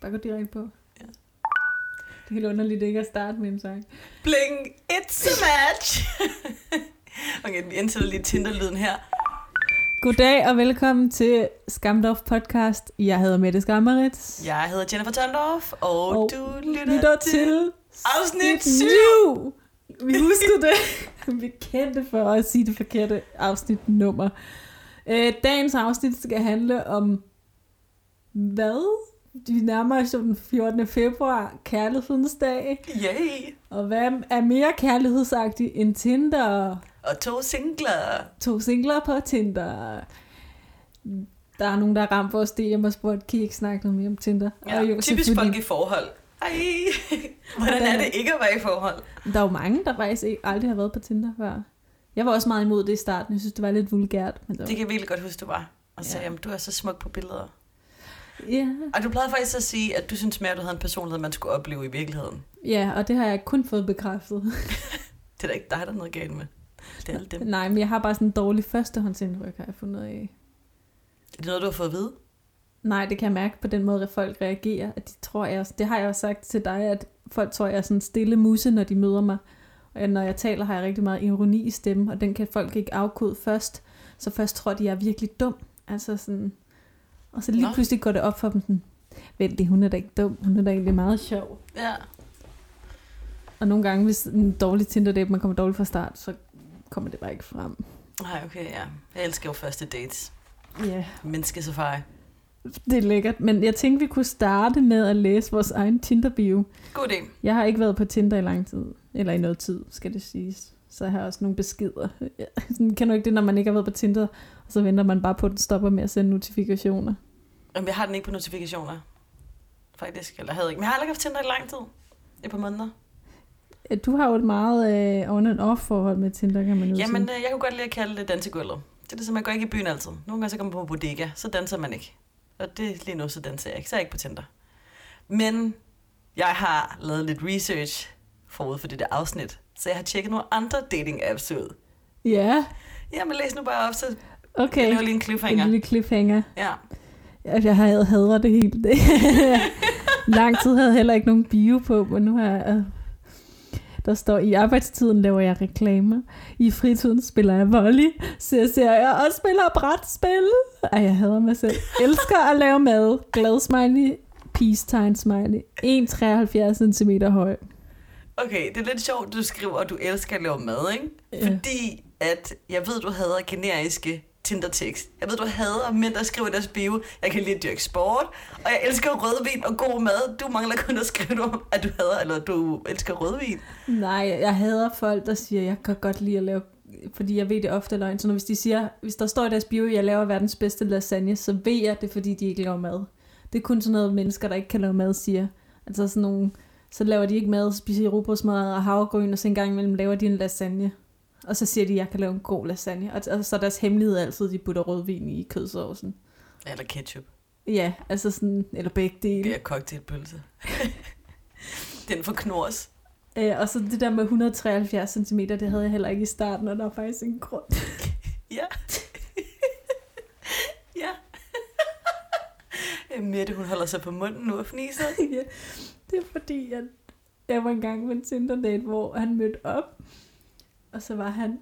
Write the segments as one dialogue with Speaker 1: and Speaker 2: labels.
Speaker 1: Bare gå direkte på. Ja. Det er helt underligt ikke at starte med en sang.
Speaker 2: Bling, it's a match! okay, vi indsætter lige Tinder-lyden her.
Speaker 1: Goddag og velkommen til Skamdorf Podcast. Jeg hedder Mette Skammerits.
Speaker 2: Jeg hedder Jennifer Tondorf, og, og du lytter,
Speaker 1: lytter til
Speaker 2: afsnit syv.
Speaker 1: 7. Vi huskede det. Vi kendte for at sige det forkerte afsnitnummer. Øh, dagens afsnit skal handle om hvad? Vi nærmer os jo den 14. februar, kærlighedens dag.
Speaker 2: Yay!
Speaker 1: Og hvad er mere kærlighedsagtigt end Tinder?
Speaker 2: Og to singler.
Speaker 1: to singler på Tinder. Der er nogen, der har ramt vores DM og spurgt, kan I ikke snakke noget mere om Tinder?
Speaker 2: Ja,
Speaker 1: og jo,
Speaker 2: typisk folk
Speaker 1: selvfølgelig-
Speaker 2: i forhold. Ej, hvordan
Speaker 1: Hvordan-
Speaker 2: er det ikke at være i forhold?
Speaker 1: Der er jo mange, der faktisk ikke, aldrig har været på Tinder før. Jeg var også meget imod det i starten. Jeg synes, det var lidt vulgært. Men det
Speaker 2: Det
Speaker 1: var...
Speaker 2: kan jeg virkelig godt huske, du var. Og sagde,
Speaker 1: Ja.
Speaker 2: jamen, du er så smuk på billeder.
Speaker 1: ja.
Speaker 2: Og du plejede faktisk at sige, at du synes mere, at du havde en personlighed, man skulle opleve i virkeligheden.
Speaker 1: ja, og det har jeg kun fået bekræftet.
Speaker 2: Det er da ikke dig, der er noget galt med. Det er alle dem.
Speaker 1: Nej, men jeg har bare sådan en dårlig førstehåndsindryk, har jeg fundet ud af.
Speaker 2: Er det noget, du har fået at vide?
Speaker 1: Nej, det kan jeg mærke på den måde, at folk reagerer. At de tror, jeg, det har jeg jo sagt til dig, at folk tror, jeg er sådan en stille musse, når de møder mig. Og når jeg taler, har jeg rigtig meget ironi i stemmen, og den kan folk ikke afkode først. Så først tror de, jeg er virkelig dum. Altså sådan... Og så lige
Speaker 2: Nå.
Speaker 1: Nå. pludselig går det op for dem sådan, vent lige, hun er da ikke dum, hun er da egentlig meget sjov.
Speaker 2: Ja.
Speaker 1: Og nogle gange, hvis en dårlig tinder date man kommer dårligt fra start, så kommer det bare ikke frem.
Speaker 2: Nej, okay, ja. Jeg elsker jo første dates.
Speaker 1: Ja, yeah.
Speaker 2: Menneskesafari.
Speaker 1: det er lækkert. Men jeg tænkte, vi kunne starte med at læse vores egen Tinder-bio.
Speaker 2: God idé.
Speaker 1: Jeg har ikke været på Tinder i lang tid, eller i noget tid, skal det siges. Så jeg har også nogle beskeder. Ja, sådan, kan du ikke det, når man ikke har været på Tinder, og så venter man bare på, at den stopper med at sende notifikationer?
Speaker 2: Jamen, jeg har den ikke på notifikationer. Faktisk. Eller jeg havde ikke. Men jeg har aldrig haft Tinder i lang tid. Et par måneder.
Speaker 1: Ja, Du har jo et meget øh, on and off forhold med Tinder, kan man jo
Speaker 2: Jamen,
Speaker 1: sige.
Speaker 2: øh, jeg kunne godt lide at kalde det dansegulvet. Det er det, som man går ikke i byen altid. Nogle gange så kommer man på bodega, så danser man ikke. Og det lige nu, så danser jeg ikke. Så er jeg ikke på Tinder. Men jeg har lavet lidt research forud for det der afsnit. Så jeg har tjekket nogle andre dating apps ud.
Speaker 1: Ja,
Speaker 2: Jamen læs nu bare op, så okay. jeg
Speaker 1: okay.
Speaker 2: laver lige en
Speaker 1: En
Speaker 2: cliffhanger.
Speaker 1: lille cliffhanger.
Speaker 2: Ja.
Speaker 1: Jeg, jeg havde hader det hele. Lang tid havde jeg heller ikke nogen bio på, men nu har jeg... Der står, i arbejdstiden laver jeg reklamer, i fritiden spiller jeg volley, ser serier og spiller brætspil. Ej, jeg hader mig selv. Elsker at lave mad. Glad smiley, peace tegn smiley. 1,73 cm høj.
Speaker 2: Okay, det er lidt sjovt, du skriver, at du elsker at lave mad, ikke?
Speaker 1: Ja.
Speaker 2: Fordi at jeg ved, du hader generiske Tinder-tekst. Jeg ved, du hader mænd, der skriver i deres bio. Jeg kan lide at dyrke sport, og jeg elsker rødvin og god mad. Du mangler kun at skrive om, at du hader, eller du elsker rødvin.
Speaker 1: Nej, jeg hader folk, der siger, jeg kan godt lide at lave fordi jeg ved det ofte er løgn. Så når hvis de siger, hvis der står i deres bio, jeg laver verdens bedste lasagne, så ved jeg det, er, fordi de ikke laver mad. Det er kun sådan noget, mennesker, der ikke kan lave mad, siger. Altså sådan nogle, så laver de ikke mad, spiser robrødsmad og havregryn, og så en gang imellem laver de en lasagne. Og så siger de, jeg kan lave en god lasagne. Og, og så er deres hemmelighed altid, at de putter rødvin i kødsovsen.
Speaker 2: Eller ketchup.
Speaker 1: Ja, altså sådan, eller begge dele.
Speaker 2: Det er cocktailpølse. Den for knors.
Speaker 1: Øh, og så det der med 173 cm, det havde jeg heller ikke i starten, og der er faktisk en grund.
Speaker 2: Ja. ja. Mette, hun holder sig på munden nu og fniser.
Speaker 1: ja, det er fordi, at jeg var engang med en Tinder-date, hvor han mødte op, og så var han,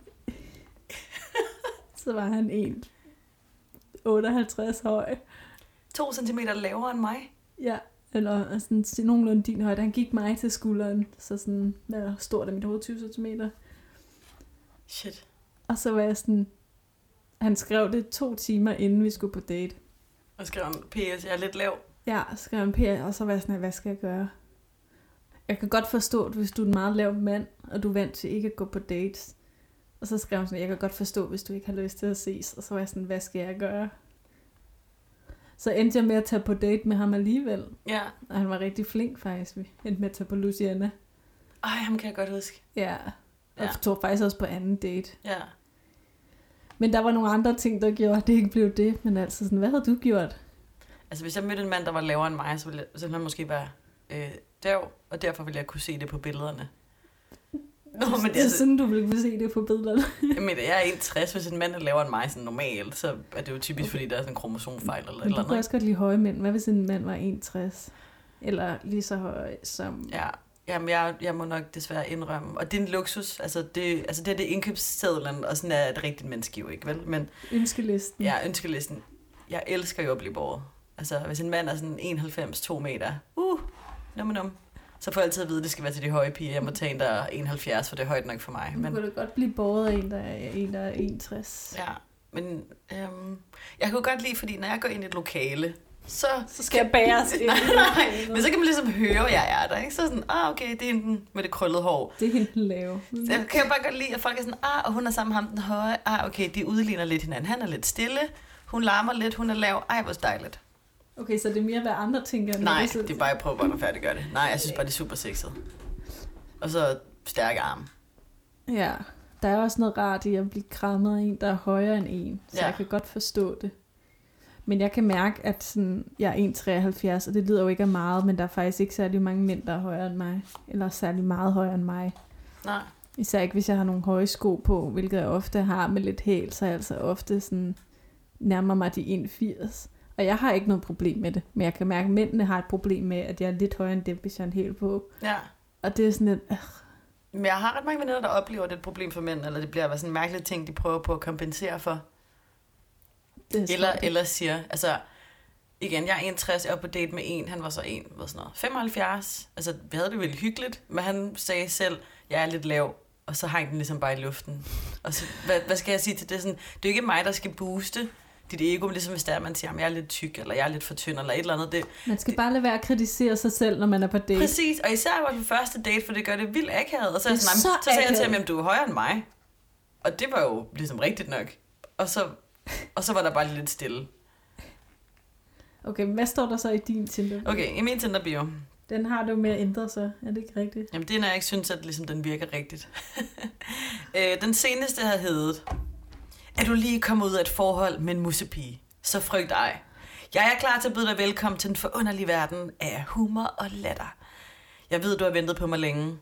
Speaker 1: så var han en 58 høj.
Speaker 2: To centimeter lavere end mig.
Speaker 1: Ja, eller altså, sådan nogenlunde din højde. Han gik mig til skulderen, så sådan, hvad er stort er mit hoved, 20 cm.
Speaker 2: Shit.
Speaker 1: Og så var jeg sådan, han skrev det to timer, inden vi skulle på date.
Speaker 2: Og skrev han, PS, jeg er lidt lav.
Speaker 1: Ja, skrev han P, og så var jeg sådan, hvad skal jeg gøre? Jeg kan godt forstå, at hvis du er en meget lav mand, og du er vant til ikke at gå på dates. Og så skrev han sådan, jeg kan godt forstå, hvis du ikke har lyst til at ses. Og så var jeg sådan, hvad skal jeg gøre? Så endte jeg med at tage på date med ham alligevel.
Speaker 2: Ja.
Speaker 1: Og han var rigtig flink faktisk. Vi endte med at tage på Luciana.
Speaker 2: Ej, ham kan jeg godt huske.
Speaker 1: Ja. Og
Speaker 2: Ja.
Speaker 1: ja. tog faktisk også på anden date.
Speaker 2: Ja.
Speaker 1: Men der var nogle andre ting, der gjorde, at det ikke blev det. Men altså sådan, hvad havde du gjort?
Speaker 2: Altså, hvis jeg mødte en mand, der var lavere end mig, så ville, jeg, så ville han måske være øh, dæv, og derfor ville jeg kunne se det på billederne. Nå, men altså-
Speaker 1: det
Speaker 2: det
Speaker 1: er
Speaker 2: er så-
Speaker 1: sådan, du ville kunne se det på billederne.
Speaker 2: Jamen, jeg er 61, hvis en mand er lavere end mig sådan normalt, så er det jo typisk, fordi der er sådan en kromosomfejl eller et
Speaker 1: Men
Speaker 2: eller
Speaker 1: du kunne
Speaker 2: andet.
Speaker 1: også godt lide høje mænd. Hvad hvis en mand var 61? Eller lige så høj som...
Speaker 2: Ja, jamen jeg, jeg må nok desværre indrømme. Og det er en luksus. Altså det, altså det, her, det er indkøbssedlen, og sådan er et rigtigt menneske jo ikke, vel? Men
Speaker 1: Ønskelisten.
Speaker 2: ja, ønskelisten. Jeg elsker jo at blive båret. Altså hvis en mand er sådan 91, 2 meter, uh, num, num, så får jeg altid at vide, at det skal være til de høje piger. Jeg må tage en, der er 71, for det er højt nok for mig.
Speaker 1: Men...
Speaker 2: Men,
Speaker 1: Du kan da godt blive båret af en, der er, en, der er 61.
Speaker 2: ja, men øhm, jeg kunne godt lide, fordi når jeg går ind i et lokale, så
Speaker 1: Så skal jeg bæres ind.
Speaker 2: Nej, nej. Men så kan man ligesom høre, hvor jeg er der. Ikke? Så er sådan, ah, okay, det er hende med det krøllede hår.
Speaker 1: Det kan den lave.
Speaker 2: Så Jeg kan jo bare godt lide, at folk er sådan, ah, og hun er sammen med ham den høje. Ah, okay, de udligner lidt hinanden. Han er lidt stille. Hun larmer lidt, hun er lav. Ej, hvor dejligt.
Speaker 1: Okay, så det er mere, hvad andre tænker. end
Speaker 2: Nej,
Speaker 1: hvad du selv
Speaker 2: det er bare, jeg prøver bare at færdiggøre det. Nej, jeg synes bare, det er super sexet. Og så stærke arme.
Speaker 1: tænker. Ja. Der er også noget rart i at blive krammet af en, der er højere end en. Så
Speaker 2: Ja.
Speaker 1: ja. jeg kan godt forstå det. Men jeg kan mærke, at sådan, jeg er 1,73, og det lyder jo ikke af meget, men der er faktisk ikke særlig mange mænd, der er højere end mig. Eller særlig meget højere end mig.
Speaker 2: Nej.
Speaker 1: Især ikke, hvis jeg har nogle høje sko på, hvilket jeg ofte har med lidt hæl, så jeg altså ofte sådan nærmer mig de 1,80. Og jeg har ikke noget problem med det, men jeg kan mærke, at mændene har et problem med, at jeg er lidt højere end dem, hvis jeg har en hæl på.
Speaker 2: Ja.
Speaker 1: Og det er sådan lidt, øh,
Speaker 2: Men jeg har ret mange veninder, der oplever, at det er et problem for mænd, eller det bliver bare sådan en mærkelig ting, de prøver på at kompensere for.
Speaker 1: det er
Speaker 2: Eller,
Speaker 1: svært.
Speaker 2: eller siger, altså, igen, jeg er 61, jeg var på date med en, han var så en, hvad sådan noget, 75. Altså, vi havde det vildt hyggeligt, men han sagde selv, jeg er lidt lav, og så hang den ligesom bare i luften. Og så, hvad, hvad skal jeg sige til det? Sådan, det er jo ikke mig, der skal booste dit ego, men ligesom hvis der er, man siger, "Jamen, jeg er lidt tyk, eller jeg er lidt for tynd, eller et eller andet. Det,
Speaker 1: Man skal bare lade være at kritisere sig selv, når man er på date.
Speaker 2: præcis, og især var på første date, for det gør det vildt akavet. Og så, er jeg
Speaker 1: Det er
Speaker 2: sådan, "Jamen,
Speaker 1: så
Speaker 2: så sagde jeg til
Speaker 1: akavet."
Speaker 2: ham, jamen, du er højere end mig. Og det var jo ligesom rigtigt nok. Og så, og så var der bare lidt stille.
Speaker 1: Okay, men hvad står der så i din Tinder?
Speaker 2: Okay, i min Tinder-bio,
Speaker 1: Den har du med at ændre sig, er det ikke rigtigt?
Speaker 2: Jamen det er, når jeg ikke synes, at ligesom, den virker rigtigt. øh, den seneste har heddet, er du lige kommet ud af et forhold med en mussepige? Så frygt ej. Jeg er klar til at byde dig velkommen til den forunderlige verden af humor og latter. Jeg ved, du har ventet på mig længe.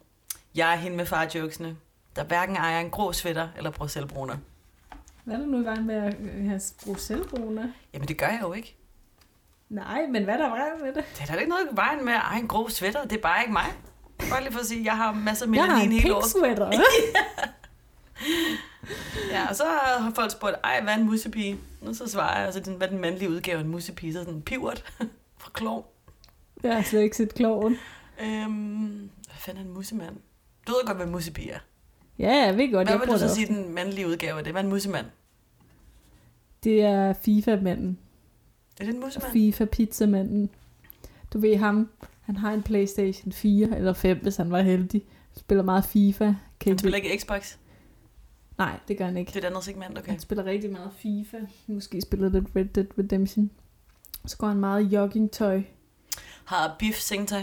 Speaker 2: Jeg er hende med farjokesene, der hverken ejer en grå sweater eller bruger selvbruner.
Speaker 1: Hvad er der nu i vejen med at øh, have bruge selvbruner?
Speaker 2: Jamen det gør jeg jo ikke.
Speaker 1: Nej, men hvad er der vej med det?
Speaker 2: Det er da ikke noget i vejen med at eje en grå sweater. Det er bare ikke mig. Det er bare lige for at sige, jeg har masser af
Speaker 1: Jeg har
Speaker 2: melanin
Speaker 1: en
Speaker 2: hele
Speaker 1: pink
Speaker 2: året.
Speaker 1: sweater.
Speaker 2: Ja, og så har folk spurgt, ej, hvad er en mussepige? Og så svarer jeg, altså, den- hvad er den mandlige udgave af en mussepige? Så er sådan en pivot fra klov.
Speaker 1: jeg har slet ikke set kloven.
Speaker 2: Øhm, hvad fanden er en mussemand? Du ved godt, hvad en mussepige er.
Speaker 1: Ja, jeg ved godt,
Speaker 2: Hvad
Speaker 1: jeg
Speaker 2: vil
Speaker 1: bruger
Speaker 2: du
Speaker 1: det
Speaker 2: så
Speaker 1: ofte.
Speaker 2: sige, den mandlige udgave af det? Hvad er en mussemand?
Speaker 1: Det er FIFA-manden.
Speaker 2: Er det en mussemand?
Speaker 1: FIFA-pizzamanden. Du ved ham, han har en Playstation 4 eller 5, hvis han var heldig. Han spiller meget FIFA. Kan
Speaker 2: Han spiller ikke Xbox.
Speaker 1: Nej, det gør han ikke.
Speaker 2: Det er et andet segment, okay.
Speaker 1: Han spiller rigtig meget FIFA. Måske spiller lidt Red Dead Redemption. Så går han meget i joggingtøj.
Speaker 2: Har Biff sengtøj.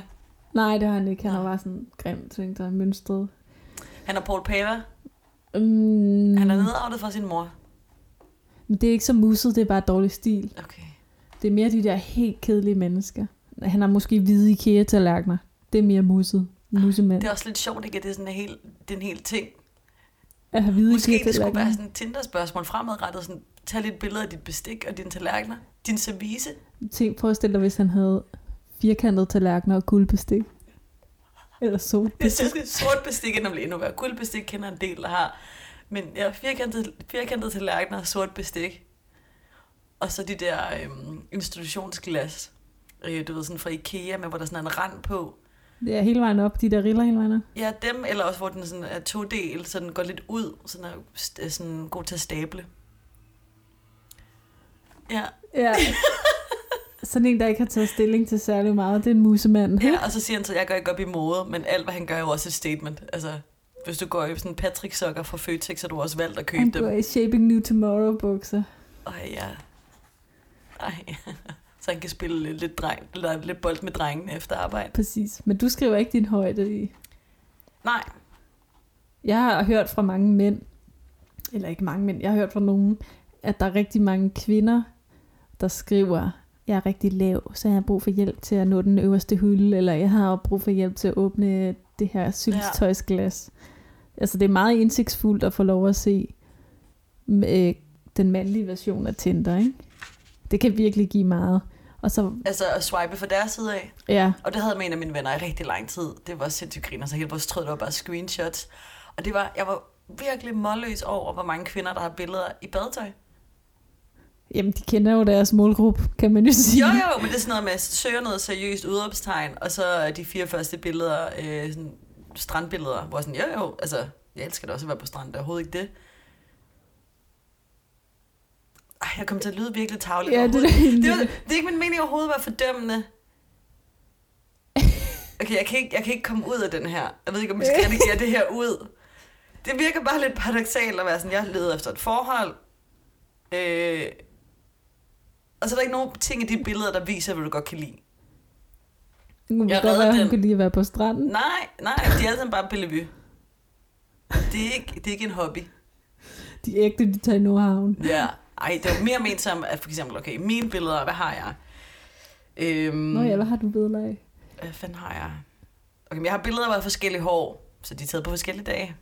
Speaker 1: Nej, det har han ikke. Han
Speaker 2: Nå.
Speaker 1: har bare sådan grimt ting, der er mønstret.
Speaker 2: Han er Paul Pava.
Speaker 1: Mm,
Speaker 2: Han er nedarvet fra sin mor.
Speaker 1: Men det er ikke så musset, det er bare dårlig stil.
Speaker 2: Okay.
Speaker 1: Det er mere de der helt kedelige mennesker. Han har måske hvide IKEA-tallerkener. Det er mere musset. Mussemand.
Speaker 2: Ah, Det er også lidt sjovt, ikke? At det er sådan en hel, det er en hel ting.
Speaker 1: At have hvide
Speaker 2: Måske det skulle
Speaker 1: IKEA-tallerkener.
Speaker 2: være sådan et Tinder-spørgsmål fremadrettet. Sådan, tag lidt billeder af dit bestik og dine tallerkener. Din service.
Speaker 1: Tænk, forestil dig, hvis han havde firkantede tallerkener og guldbestik. Eller
Speaker 2: Jeg
Speaker 1: solbestik.
Speaker 2: synes, det er sort bestik er nemlig endnu værre. Guldbestik kender en del, der har. Men ja, firkantede, firkantede tallerkener og sort bestik. Og så de der øhm, institutionsglas. Øh, du ved, sådan fra Ikea, med hvor der sådan er en rand på.
Speaker 1: Det er hele vejen op, de der riller hele vejen op.
Speaker 2: Ja, dem, eller også hvor den sådan er to del, så den går lidt ud, så den er st- øh, sådan god til at stable. Ja,
Speaker 1: Ja. Sådan en, der ikke har taget stilling til særlig meget, det er en musemand.
Speaker 2: ja, og så siger han så, jeg går ikke op i mode, men alt, hvad han gør, er jo også et statement. Altså, hvis du går i sådan Patrick-sokker fra Føtex, så har du også valgt at købe
Speaker 1: Han
Speaker 2: dem.
Speaker 1: går i Shaping New Tomorrow bukser.
Speaker 2: Ej, ja. Ej. Så han kan spille lidt, lidt, dreng, eller lidt bold med drengen efter arbejde.
Speaker 1: Præcis. Men du skriver ikke din højde i.
Speaker 2: Nej,
Speaker 1: Jeg har hørt fra mange mænd, eller ikke mange mænd, jeg har hørt fra nogen, at der er rigtig mange kvinder, der skriver, jeg er rigtig lav, så jeg har brug for hjælp til at nå den øverste hylde, eller jeg har brug for hjælp til at åbne det her syltetøjsglas. Ja. Altså det er meget indsigtsfuldt at få lov at se mm, øh, den mandlige version af Tinder, ikke? Det kan virkelig give meget. Og så,
Speaker 2: Altså at swipe fra deres side af.
Speaker 1: ja,
Speaker 2: Og det havde med en af mine venner i rigtig lang tid. Det var sindssygt griner, så hele vores tråd, det var bare screenshots. Og det var, jeg var virkelig målløs over, hvor mange kvinder, der har billeder i badetøj.
Speaker 1: jamen de kender jo deres målgruppe, kan man jo sige.
Speaker 2: Jo, jo, men det er sådan noget med, søger noget seriøst udråbstegn, og så er de fire første billeder, øh, sådan strandbilleder, hvor jeg sådan, jo, jo, altså, jeg elsker da også at være på strand, det er overhovedet ikke det. Ej, jeg kom til at lyde virkelig tavlig.
Speaker 1: Ja, det,
Speaker 2: overhovedet.
Speaker 1: det,
Speaker 2: det, var, det er ikke min mening overhovedet at være fordømmende. Okay, jeg kan, ikke, jeg kan ikke komme ud af den her. Jeg ved ikke, om vi skal redigere det her ud. Det virker bare lidt paradoxalt at være sådan, jeg leder efter et forhold. Øh, og så er der ikke nogen ting i de billeder, der viser, hvad du godt kan lide.
Speaker 1: det kunne
Speaker 2: Jeg
Speaker 1: godt
Speaker 2: redder
Speaker 1: være, at hun
Speaker 2: den.
Speaker 1: kunne lide at være på stranden.
Speaker 2: Nej, nej, de er alle sammen bare Bellevue. Det er ikke, det er ikke en hobby.
Speaker 1: De ægte, de tager i Nordhavn.
Speaker 2: Ja. Ej, det var mere ment som, at for eksempel, okay, mine billeder, hvad har jeg? Øhm,
Speaker 1: Nå ja, hvad har du billeder af?
Speaker 2: Hvad fanden har jeg? Okay, men jeg har billeder af forskellige hår, så de er taget på forskellige dage.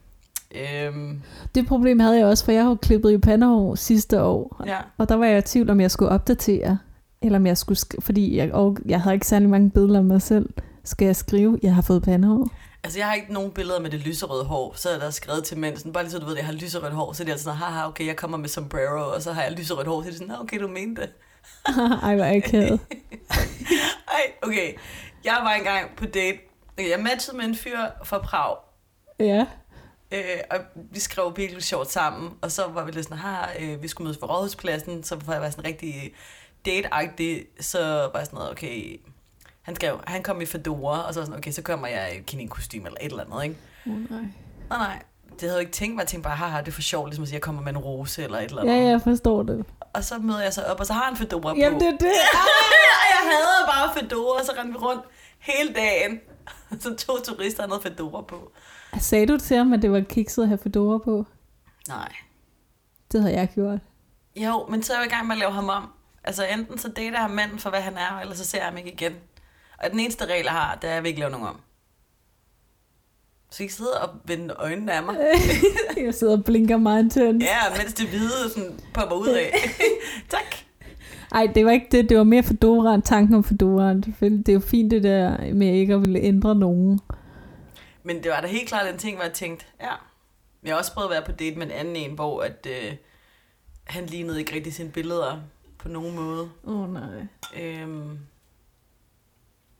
Speaker 2: Øhm,
Speaker 1: Det problem havde jeg også, for jeg har jo klippet jo pandehår sidste år.
Speaker 2: ja.
Speaker 1: Og der var jeg i tvivl, om jeg skulle opdatere, eller om jeg skulle skrive, fordi jeg, og jeg havde ikke særlig mange billeder af mig selv. Skal jeg skrive, jeg har fået pandehår?
Speaker 2: Altså, jeg har ikke nogen billeder med det lyserøde hår, så er der skrevet til mænd, sådan, bare lige så du ved, at jeg har lyserødt hår, så er de altid sådan, haha, okay, jeg kommer med sombrero, og så har jeg lyserødt hår, så er de sådan, "Nå, okay, du mente det.
Speaker 1: Ej, hvor akavet.
Speaker 2: Ej, okay. Jeg var engang på date. Okay, jeg matchede med en fyr fra Prag,
Speaker 1: Ja.
Speaker 2: Øh, og vi skrev virkelig sjovt sammen, og så var vi lidt sådan, her, øh, vi skulle mødes på Rådhuspladsen, så var jeg var sådan rigtig date så var jeg sådan noget, okay, han skrev, han kom i fedora, og så var jeg sådan, okay, så kommer jeg i kaninkostyme eller et eller andet, ikke?
Speaker 1: Oh, nej.
Speaker 2: Nej, nej, det havde jeg ikke tænkt mig, jeg tænkte bare, haha, det er for sjovt, ligesom at sige, jeg kommer med en rose eller et eller andet.
Speaker 1: Ja, jeg forstår det.
Speaker 2: Og så møder jeg så op, og så har han fedora på.
Speaker 1: Jamen, det er det.
Speaker 2: Ej, jeg hader bare fedora, og så rendte vi rundt hele dagen. Så to turister havde noget fedora på.
Speaker 1: Sagde du til ham, at det var kikset at have fedora på?
Speaker 2: Nej.
Speaker 1: Det havde jeg gjort.
Speaker 2: Jo, men så er jeg jo i gang med at lave ham om. Altså enten så dater jeg manden for, hvad han er, eller så ser jeg ham ikke igen. Og den eneste regel, jeg har, det er, at jeg vil ikke lave nogen om. Så I ikke sidder og vende øjnene af mig.
Speaker 1: jeg sidder og blinker meget intens.
Speaker 2: Ja, mens det hvide sådan popper ud af. tak.
Speaker 1: Ej, det var ikke det. Det var mere fedoraen, tanken om fedoraen. Selvfølgelig. Det er jo fint det der med ikke at ville ændre nogen.
Speaker 2: Men det var da helt klart en ting, hvor jeg tænkte, ja. Men Jeg har også prøvet at være på date med en anden en, hvor at, øh, han lignede ikke rigtig sine billeder på nogen måde.
Speaker 1: Åh oh, nej.
Speaker 2: Øhm,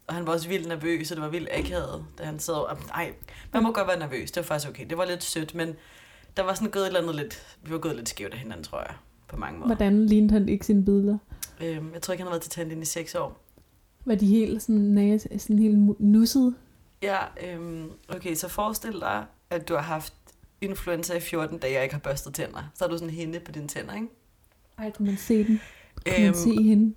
Speaker 2: og han var også vildt nervøs, og det var vildt akavet, da han sad og... Nej, man må godt være nervøs, det var faktisk okay. Det var lidt sødt, men der var sådan gået et eller andet lidt... Vi var gået lidt skævt af hinanden, tror jeg, på mange måder.
Speaker 1: Hvordan lignede han ikke sine billeder?
Speaker 2: Øhm, jeg tror ikke, han har været til tandlægen i seks år.
Speaker 1: Var de helt sådan, næs, sådan helt mu- nussede?
Speaker 2: Ja, øhm, okay, så forestil dig, at du har haft influenza i 14 dage og ikke har børstet tænder. Så har du sådan en hinde på dine tænder, ikke? Øhm,
Speaker 1: Ej, kunne man se den? Kunne man se hende?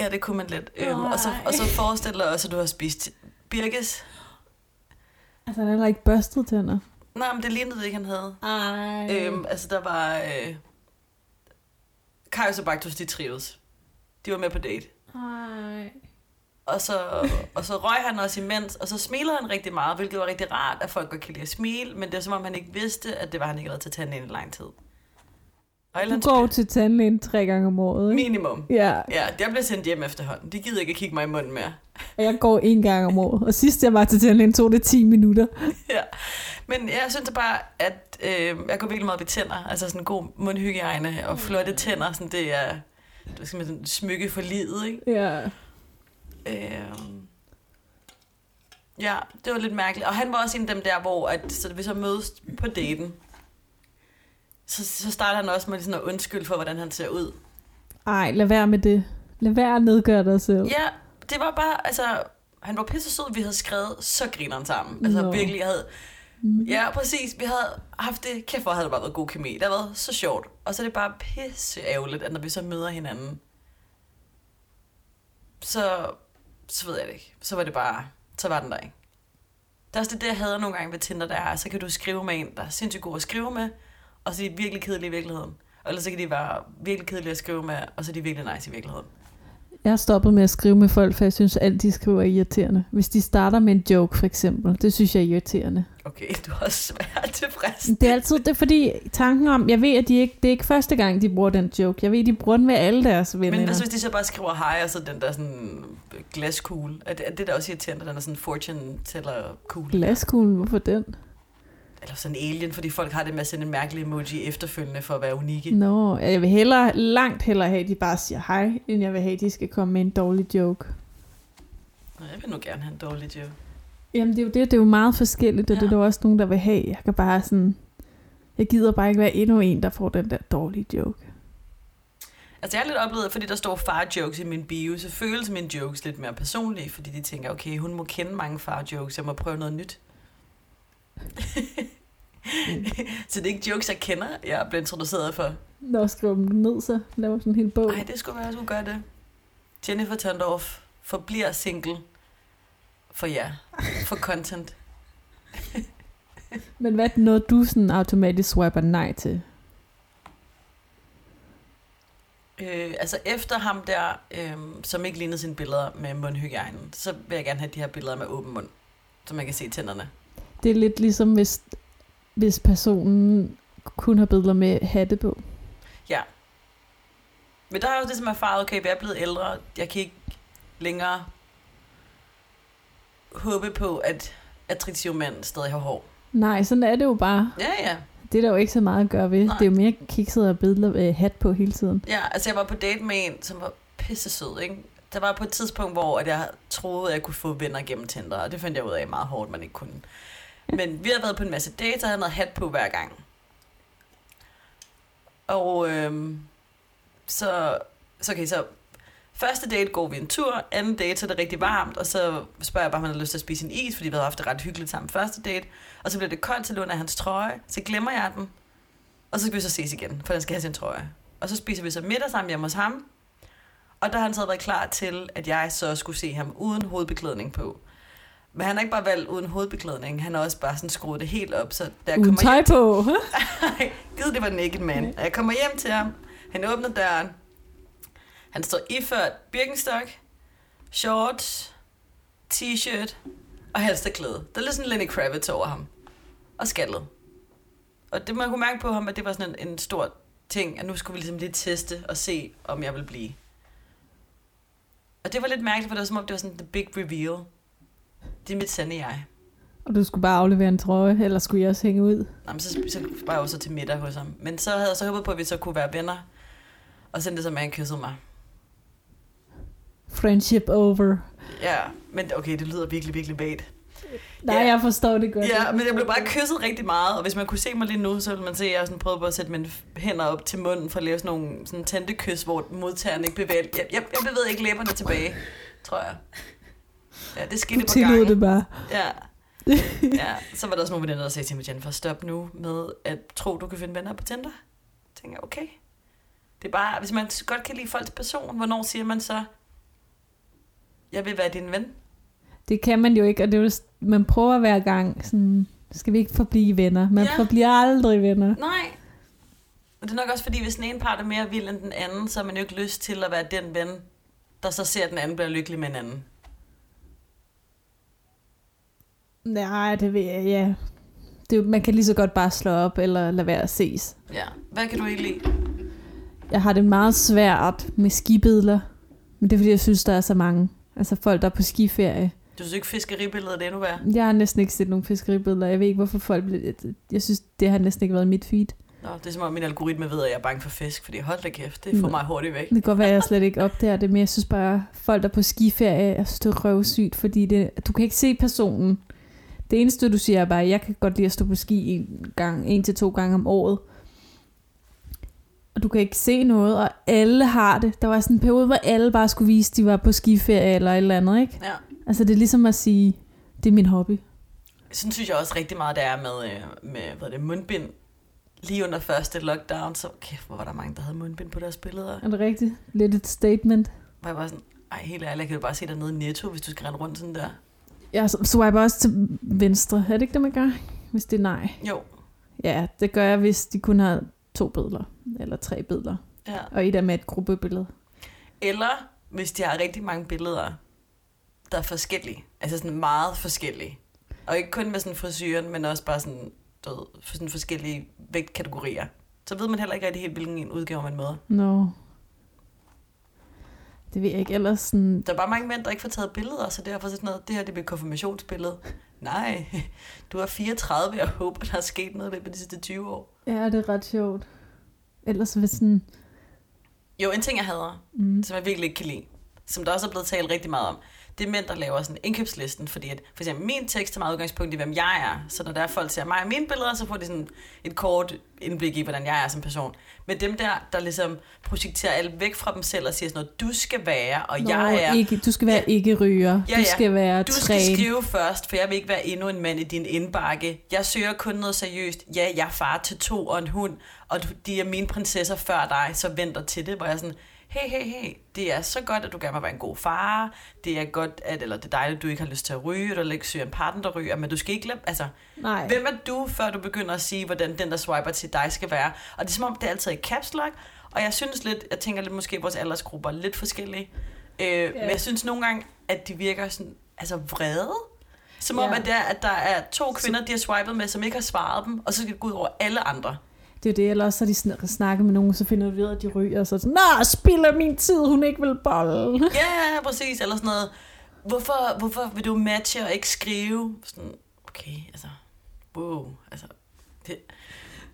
Speaker 2: ja, det kunne man lidt. Øhm, og, så,
Speaker 1: Nej.
Speaker 2: og så forestil dig også, at du har spist birkes.
Speaker 1: Altså, han er heller ikke børstet tænder.
Speaker 2: Nej, men det lignede ikke, han havde.
Speaker 1: Ej.
Speaker 2: Øhm, altså, der var... Øh, Kajus og Baktus, de trives. De var med på date.
Speaker 1: Ej.
Speaker 2: Og så, og så røg han også imens, og så smilede han rigtig meget, hvilket var rigtig rart, at folk godt kan lide at smile, men det er som om, han ikke vidste, at det var, han ikke havde været til tanden i lang tid. Og
Speaker 1: Du
Speaker 2: Ellen,
Speaker 1: går jo til tandlægen tre gange om året, ikke?
Speaker 2: Mm. minimum.
Speaker 1: Ja,
Speaker 2: Ja, jeg blev sendt hjem efterhånden. De gider ikke at kigge mig i munden mere.
Speaker 1: og jeg går en gang om året. Og sidst jeg var til tandlægen, tog det 10 minutter.
Speaker 2: ja. Men jeg synes bare, at øh, jeg går virkelig meget op i tænder. Altså sådan god mundhygiejne og flotte tænder. Sådan det er, det er sådan smykke for livet, ikke?
Speaker 1: Ja.
Speaker 2: Øhm. Ja, det var lidt mærkeligt. Og han var også en af dem der, hvor at, så vi så mødes på daten, så, så starter han også med sådan at undskylde for, hvordan han ser ud.
Speaker 1: Ej, lad være med det. Lad være at nedgøre dig selv.
Speaker 2: Ja, det var bare, altså, han var pisse sød, vi havde skrevet så grineren sammen. Altså
Speaker 1: Nå.
Speaker 2: virkelig, jeg havde,
Speaker 1: Mm.
Speaker 2: ja præcis, vi havde haft det, kæft hvor havde det bare været god kemi, det har været så sjovt. Og så er det bare pisse ærgerligt, at når vi så møder hinanden, så, så ved jeg det ikke, så var det bare, så var den der ikke. Det er også det, jeg hader nogle gange ved Tinder, der er, så kan du skrive med en, der er sindssygt god at skrive med, og så er de virkelig kedelige i virkeligheden. Eller så kan de være virkelig kedelige at skrive med, og så er de virkelig nice i virkeligheden.
Speaker 1: Jeg har stoppet med at skrive med folk, for jeg synes, alt de skriver er irriterende. Hvis de starter med en joke, for eksempel, det synes jeg er irriterende.
Speaker 2: Okay, du er også svært tilfreds.
Speaker 1: Det er altid det, er fordi tanken om, jeg ved, at de ikke, det er ikke første gang, de bruger den joke. Jeg ved, at de bruger den ved alle deres venner.
Speaker 2: Men altså- hvad så, hvis de så bare skriver hej, og så den der sådan øh, glaskugle? Er det, er det der også irriterende, den er sådan fortune teller kugle?
Speaker 1: Glaskuglen, hvorfor den?
Speaker 2: Eller sådan en alien, fordi folk har det med at sende en mærkelig emoji efterfølgende for at være unikke.
Speaker 1: Nå, jeg vil hellere, langt hellere have, at de bare siger hej, end jeg vil have, at de skal komme med en dårlig joke.
Speaker 2: Nå, jeg vil nu gerne have en dårlig joke.
Speaker 1: Jamen det er jo det, det er jo meget forskelligt, og ja. det er
Speaker 2: Ja.
Speaker 1: der jo også nogen, der vil have. Jeg kan bare sådan, jeg gider bare ikke være endnu en, der får den der dårlige joke.
Speaker 2: Altså jeg har lidt oplevet, fordi der står far-jokes i min bio, så føles mine jokes lidt mere personlige, fordi de tænker, okay, hun må kende mange far-jokes, jeg må prøve noget nyt. så det er ikke jokes, jeg kender, jeg er blevet introduceret for.
Speaker 1: Når jeg skriver dem ned, så laver jeg sådan en hel bog.
Speaker 2: Nej, det skulle være, jeg skulle gøre det. Jennifer Tondorf forbliver single for jer, for content.
Speaker 1: Men hvad er det noget, du sådan automatisk swiper nej til?
Speaker 2: Øh, altså efter ham der, øh, som ikke lignede sine billeder med mundhygiejnen, så vil jeg gerne have de her billeder med åben mund, så man kan se tænderne.
Speaker 1: Det er lidt ligesom, hvis, hvis personen kun har billeder med hatte på.
Speaker 2: Men der er også det, som er erfaret, okay, jeg er blevet ældre, jeg kan ikke længere håbe på, at attraktive mænd stadig har hår.
Speaker 1: Nej, sådan er det jo bare.
Speaker 2: Ja, ja.
Speaker 1: Det er der jo ikke så meget at gøre ved.
Speaker 2: Nej.
Speaker 1: Det er jo mere kiksede og billeder med hat på hele tiden.
Speaker 2: Ja, altså jeg var på date med en, som var pisse sød, ikke? Der var på et tidspunkt, hvor at jeg troede, at jeg kunne få venner gennem Tinder, og det fandt jeg ud af meget hårdt, man ikke kunne. Men vi har været på en masse dates, og han havde hat på hver gang. Og øhm, så, så, okay, så første date går vi en tur, anden date så er det rigtig varmt, og så spørger jeg bare, om han har lyst til at spise en is, fordi vi havde haft det ret hyggeligt sammen første date. Og så bliver det koldt, så låner jeg hans trøje, så glemmer jeg den, og så skal vi så ses igen, for den skal have sin trøje. Og så spiser vi så middag sammen hjemme hos ham. Og der har han så været klar til, at jeg så skulle se ham uden hovedbeklædning på. Men han har ikke bare valgt uden hovedbeklædning, han har også bare sådan skruet det helt op, så da jeg
Speaker 1: Uden
Speaker 2: kommer
Speaker 1: tøj
Speaker 2: hjem,
Speaker 1: på.
Speaker 2: Nej, Gid, det var Naked Man. Og jeg kommer hjem til ham. Han åbner døren. Han står iført Birkenstock, shorts, t-shirt og halsterklæde. Der er lidt sådan Lenny Kravitz over ham. Og skaldet. Og det, man kunne mærke på ham, at det var sådan en, en stor ting, at nu skulle vi ligesom lige teste og se, om jeg vil blive. Og det var lidt mærkeligt, for det var som om, det var sådan the big reveal. Det er mit sande jeg.
Speaker 1: Og du skulle bare aflevere en trøje, eller skulle jeg også hænge ud?
Speaker 2: Nå, men så, så var jeg jo så til middag hos ham. Men så havde jeg så håbet på, at vi så kunne være venner. Og sendte det som, at han kyssede mig.
Speaker 1: Friendship over.
Speaker 2: Ja, men okay, det lyder virkelig, virkelig vagt.
Speaker 1: Nej,
Speaker 2: Ja.
Speaker 1: jeg forstår det godt.
Speaker 2: Ja, men jeg blev bare kysset rigtig meget. Og hvis man kunne se mig lige nu, så ville man se, at jeg sådan prøvede på at sætte mine f- hænder op til munden for at lave sådan nogle sådan tændekys, hvor modtageren ikke bevæger. Jeg, jeg, jeg bevægede ikke læberne tilbage, tror jeg. Ja, det skete
Speaker 1: Du
Speaker 2: et par
Speaker 1: tillod
Speaker 2: gange.
Speaker 1: det bare.
Speaker 2: Ja. ja. Så var der også nogle veninder, der sagde til mig, Jennifer, stop nu med at tro, du kan finde venner på Tinder. Jeg tænker, jeg, okay. Det er bare, hvis man godt kan lide folks person, hvornår siger man så, jeg vil være din ven?
Speaker 1: Det kan man jo ikke, og det er jo, man prøver hver gang, sådan, skal vi ikke forblive venner? Man
Speaker 2: Ja.
Speaker 1: ja. forbliver aldrig venner.
Speaker 2: Nej. Men det er nok også fordi, hvis den ene part er mere vild end den anden, så har man jo ikke lyst til at være den ven, der så ser, at den anden bliver lykkelig med en anden.
Speaker 1: Nej, det ved jeg, ja. Det, er jo- man kan lige så godt bare slå op, eller lade være at ses.
Speaker 2: Ja. Hvad kan du ikke lide?
Speaker 1: Jeg har det meget svært med skibidler, men det er fordi, jeg synes, der er så mange. Altså folk, der er på skiferie.
Speaker 2: Du synes ikke, fiskeribilledet er endnu værd?
Speaker 1: Jeg har næsten ikke set nogen fiskeribilleder. Jeg ved ikke, hvorfor folk... bliver- Jeg synes, det har næsten ikke været mit feed.
Speaker 2: Nå, det er som om min algoritme ved, at jeg er bange for fisk, fordi hold da kæft, det får mig hurtigt
Speaker 1: Det
Speaker 2: væk.
Speaker 1: kan godt være, at jeg slet ikke opdager det, men jeg synes bare, folk der er på skiferie, jeg synes, det er røvsygt, fordi det, du kan ikke se personen. Det eneste, du siger, er bare, at jeg kan godt lide at stå på ski en, gang, en til to gange om året. Og du kan ikke se noget, og alle har det. Der var sådan en periode, hvor alle bare skulle vise, at de var på skiferie eller et eller andet, ikke?
Speaker 2: Ja.
Speaker 1: Altså, det er ligesom at sige, det er min hobby.
Speaker 2: Sådan synes jeg også rigtig meget, det er med, øh, med hvad er det, mundbind. Lige under første lockdown, så kæft, hvor var der mange, der havde mundbind på deres billeder.
Speaker 1: Er det rigtigt? Lidt et statement.
Speaker 2: Hvor jeg var sådan, ej, helt ærligt, jeg kan jo bare se dig nede i Netto, hvis du skal rende rundt sådan der.
Speaker 1: Jeg swiper også til venstre. Er det ikke det, man gør? Hvis det er nej.
Speaker 2: Jo,
Speaker 1: Ja, det gør jeg, hvis de kun har to billeder, eller tre billeder,
Speaker 2: ja.
Speaker 1: og et er med et gruppebillede.
Speaker 2: Eller hvis de har rigtig mange billeder, der er forskellige. Altså sådan meget forskellige. Og ikke kun med sådan frisyren, men også bare sådan, du ved, for sådan forskellige vægtkategorier. Så ved man heller ikke rigtig helt, hvilken en udgave man møder.
Speaker 1: Nå. No. Det ved jeg ikke. Ellers sådan...
Speaker 2: Der er bare mange mænd, der ikke får taget billeder, så derfor er sådan noget, det her det bliver konfirmationsbillede. Nej, du er 34, og jeg håber, der er sket noget i løbet af de sidste 20 år.
Speaker 1: Ja, det er ret sjovt. Ellers hvis sådan...
Speaker 2: Jo, en ting, jeg hader,
Speaker 1: Mm.
Speaker 2: som jeg virkelig ikke kan lide, som der også er blevet talt rigtig meget om, det er mænd, der laver sådan indkøbslisten, fordi at, for eksempel min tekst er meget udgangspunkt i, hvem jeg er, så når der er folk ser mig og mine billeder, så får de sådan et kort indblik i, hvordan jeg er som person. Men dem der, der ligesom projekterer alt væk fra dem selv og siger sådan noget, du skal være, og Nå, jeg er,
Speaker 1: Ikke, du skal være ikke ryger.
Speaker 2: Ja,
Speaker 1: du
Speaker 2: ja.
Speaker 1: skal være
Speaker 2: du skal
Speaker 1: træn.
Speaker 2: skrive først, for jeg vil ikke være endnu en mand i din indbakke. Jeg søger kun noget seriøst. Ja, jeg er far til to og en hund, og du, de er mine prinsesser før dig, så vent dig til det. Hvor jeg er sådan, hey, hey, hey, det er så godt, at du gerne vil være en god far. Det er godt, at, eller det er dejligt, at du ikke har lyst til at ryge, eller ikke søger en partner, der ryger, men du skal ikke glemme, altså,
Speaker 1: Nej.
Speaker 2: Hvem er du, før du begynder at sige, hvordan den, der swiper til dig, skal være? Og det er som om, det er altid i caps lock, og jeg synes lidt, jeg tænker lidt måske, at vores aldersgrupper er lidt forskellige. Øh, Men jeg synes nogle gange, at de virker sådan, altså vrede. Som om,
Speaker 1: Ja.
Speaker 2: at, det er, at der er to kvinder, de har swipet med, som ikke har svaret dem, og så skal det gå ud over alle andre.
Speaker 1: Det er jo det, eller også så de sn- snakker med nogen, så finder de ud af, at de ryger, og så er det sådan, Nå, spiller min tid, hun ikke vil bolle.
Speaker 2: Ja, ja, ja, præcis, eller sådan noget. Hvorfor, hvorfor vil du matche og ikke skrive? Sådan, okay, altså, wow, altså,
Speaker 1: Det er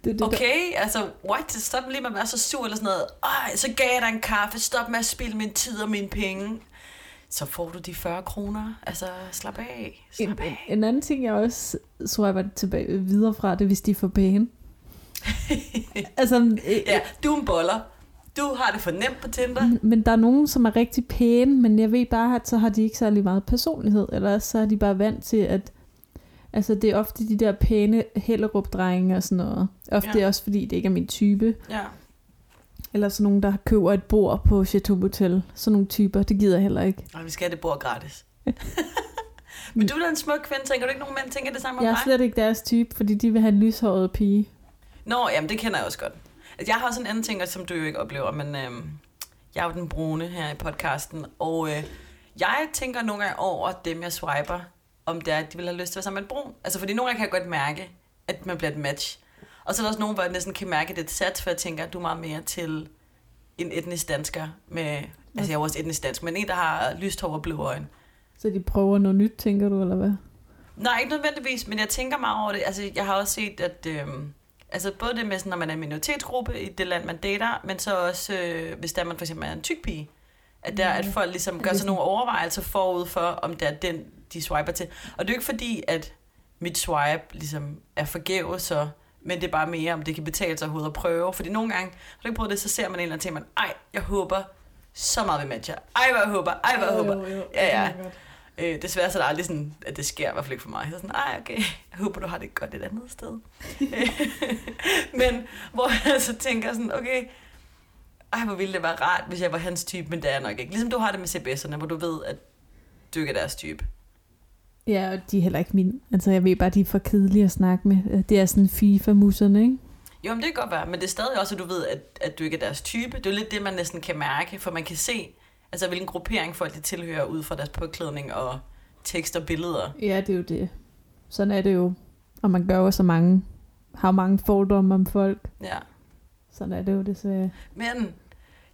Speaker 1: det, der-
Speaker 2: Okay, altså, what? Stop lige med at være så sur eller sådan noget. Ej, så gav jeg dig en kaffe. Stop med at spilde min tid og mine penge. Så får du de 40 kroner. Altså, slap af.
Speaker 1: En,
Speaker 2: Slap af.
Speaker 1: en anden ting, jeg også swiper tilbage videre fra, det er, hvis de er for pæne. altså, øh,
Speaker 2: Ja, du er en boller. Du har det for nemt på Tinder.
Speaker 1: men- men der er nogen, som er rigtig pæne, men jeg ved bare, at så har de ikke særlig meget personlighed, eller også så er de bare vant til, at altså, det er ofte de der pæne Hellerup-drenge og sådan noget. Ofte
Speaker 2: Ja.
Speaker 1: ja. også, fordi det ikke er min type.
Speaker 2: Ja.
Speaker 1: Eller sådan nogen, der køber et bord på Chateau Hotel. Sådan nogle typer, det gider jeg heller ikke.
Speaker 2: Og vi skal have det bord gratis. Men du er da en smuk kvinde. Tænker du ikke, nogen mænd tænker det samme om
Speaker 1: Jeg
Speaker 2: mig?
Speaker 1: er slet ikke deres type, fordi de vil have en lyshåret pige.
Speaker 2: Nå, jamen det kender jeg også godt. Altså, Jeg har også en anden ting, som du jo ikke oplever, men øhm, jeg er jo den brune her i podcasten, og øh, jeg tænker nogle gange over dem, jeg swiper, om det er, at de vil have lyst til at være sammen med en brun. Altså, fordi nogle gange kan jeg godt mærke, at man bliver et match. Og så er der også nogen, hvor jeg næsten kan mærke, at det er et sats, for jeg tænker, at du er meget mere til en etnisk dansker med... Altså, jeg er jo også etnisk dansk, men en, der har lyst hår og blå øjne.
Speaker 1: Så de prøver noget nyt, tænker du, eller hvad?
Speaker 2: Nej, ikke nødvendigvis, men jeg tænker meget over det. Altså, jeg har også set, at øh, altså, både det med, sådan, når man er en minoritetsgruppe i det land, man dater, men så også, øh, hvis der man for eksempel er en tyk pige, at, der,
Speaker 1: Ja.
Speaker 2: at folk ligesom
Speaker 1: det
Speaker 2: gør sig
Speaker 1: sådan-
Speaker 2: nogle overvejelser forud for, om det er den, de swiper til. Og det er jo ikke fordi, at mit swipe ligesom er forgæves, så, men det er bare mere, om det kan betale sig overhovedet at prøve. Fordi nogle gange, har du ikke prøvet det, så ser man en eller anden ting, man, ej, jeg håber så meget vi matcher. Ej, hvor jeg håber. Ej, hvor jeg håber. Ja, ja. Øh, desværre så er det aldrig sådan, at det sker i hvert fald ikke for mig. Så sådan, ej okay, jeg håber du har det godt et andet sted. Øh, men hvor jeg så tænker sådan, okay, ej hvor ville det være rart, hvis jeg var hans type, men det er jeg nok ikke. Ligesom du har det med CBS'erne, hvor du ved, at du ikke er deres type.
Speaker 1: Ja, og de er heller ikke mine. Altså, jeg ved bare, de er for kedelige at snakke med. Øh, Det er sådan FIFA-muserne, ikke?
Speaker 2: Jo, men det kan godt være, men det er stadig også, at du ved, at, at du ikke er deres type. Det er jo lidt det, man næsten kan mærke, for man kan se, altså hvilken gruppering folk de tilhører ud fra deres påklædning og tekst og billeder.
Speaker 1: Ja, det er jo det. Sådan er det jo. Og man gør jo så mange, har mange fordomme om folk.
Speaker 2: Ja.
Speaker 1: Sådan er det jo desværre.
Speaker 2: Men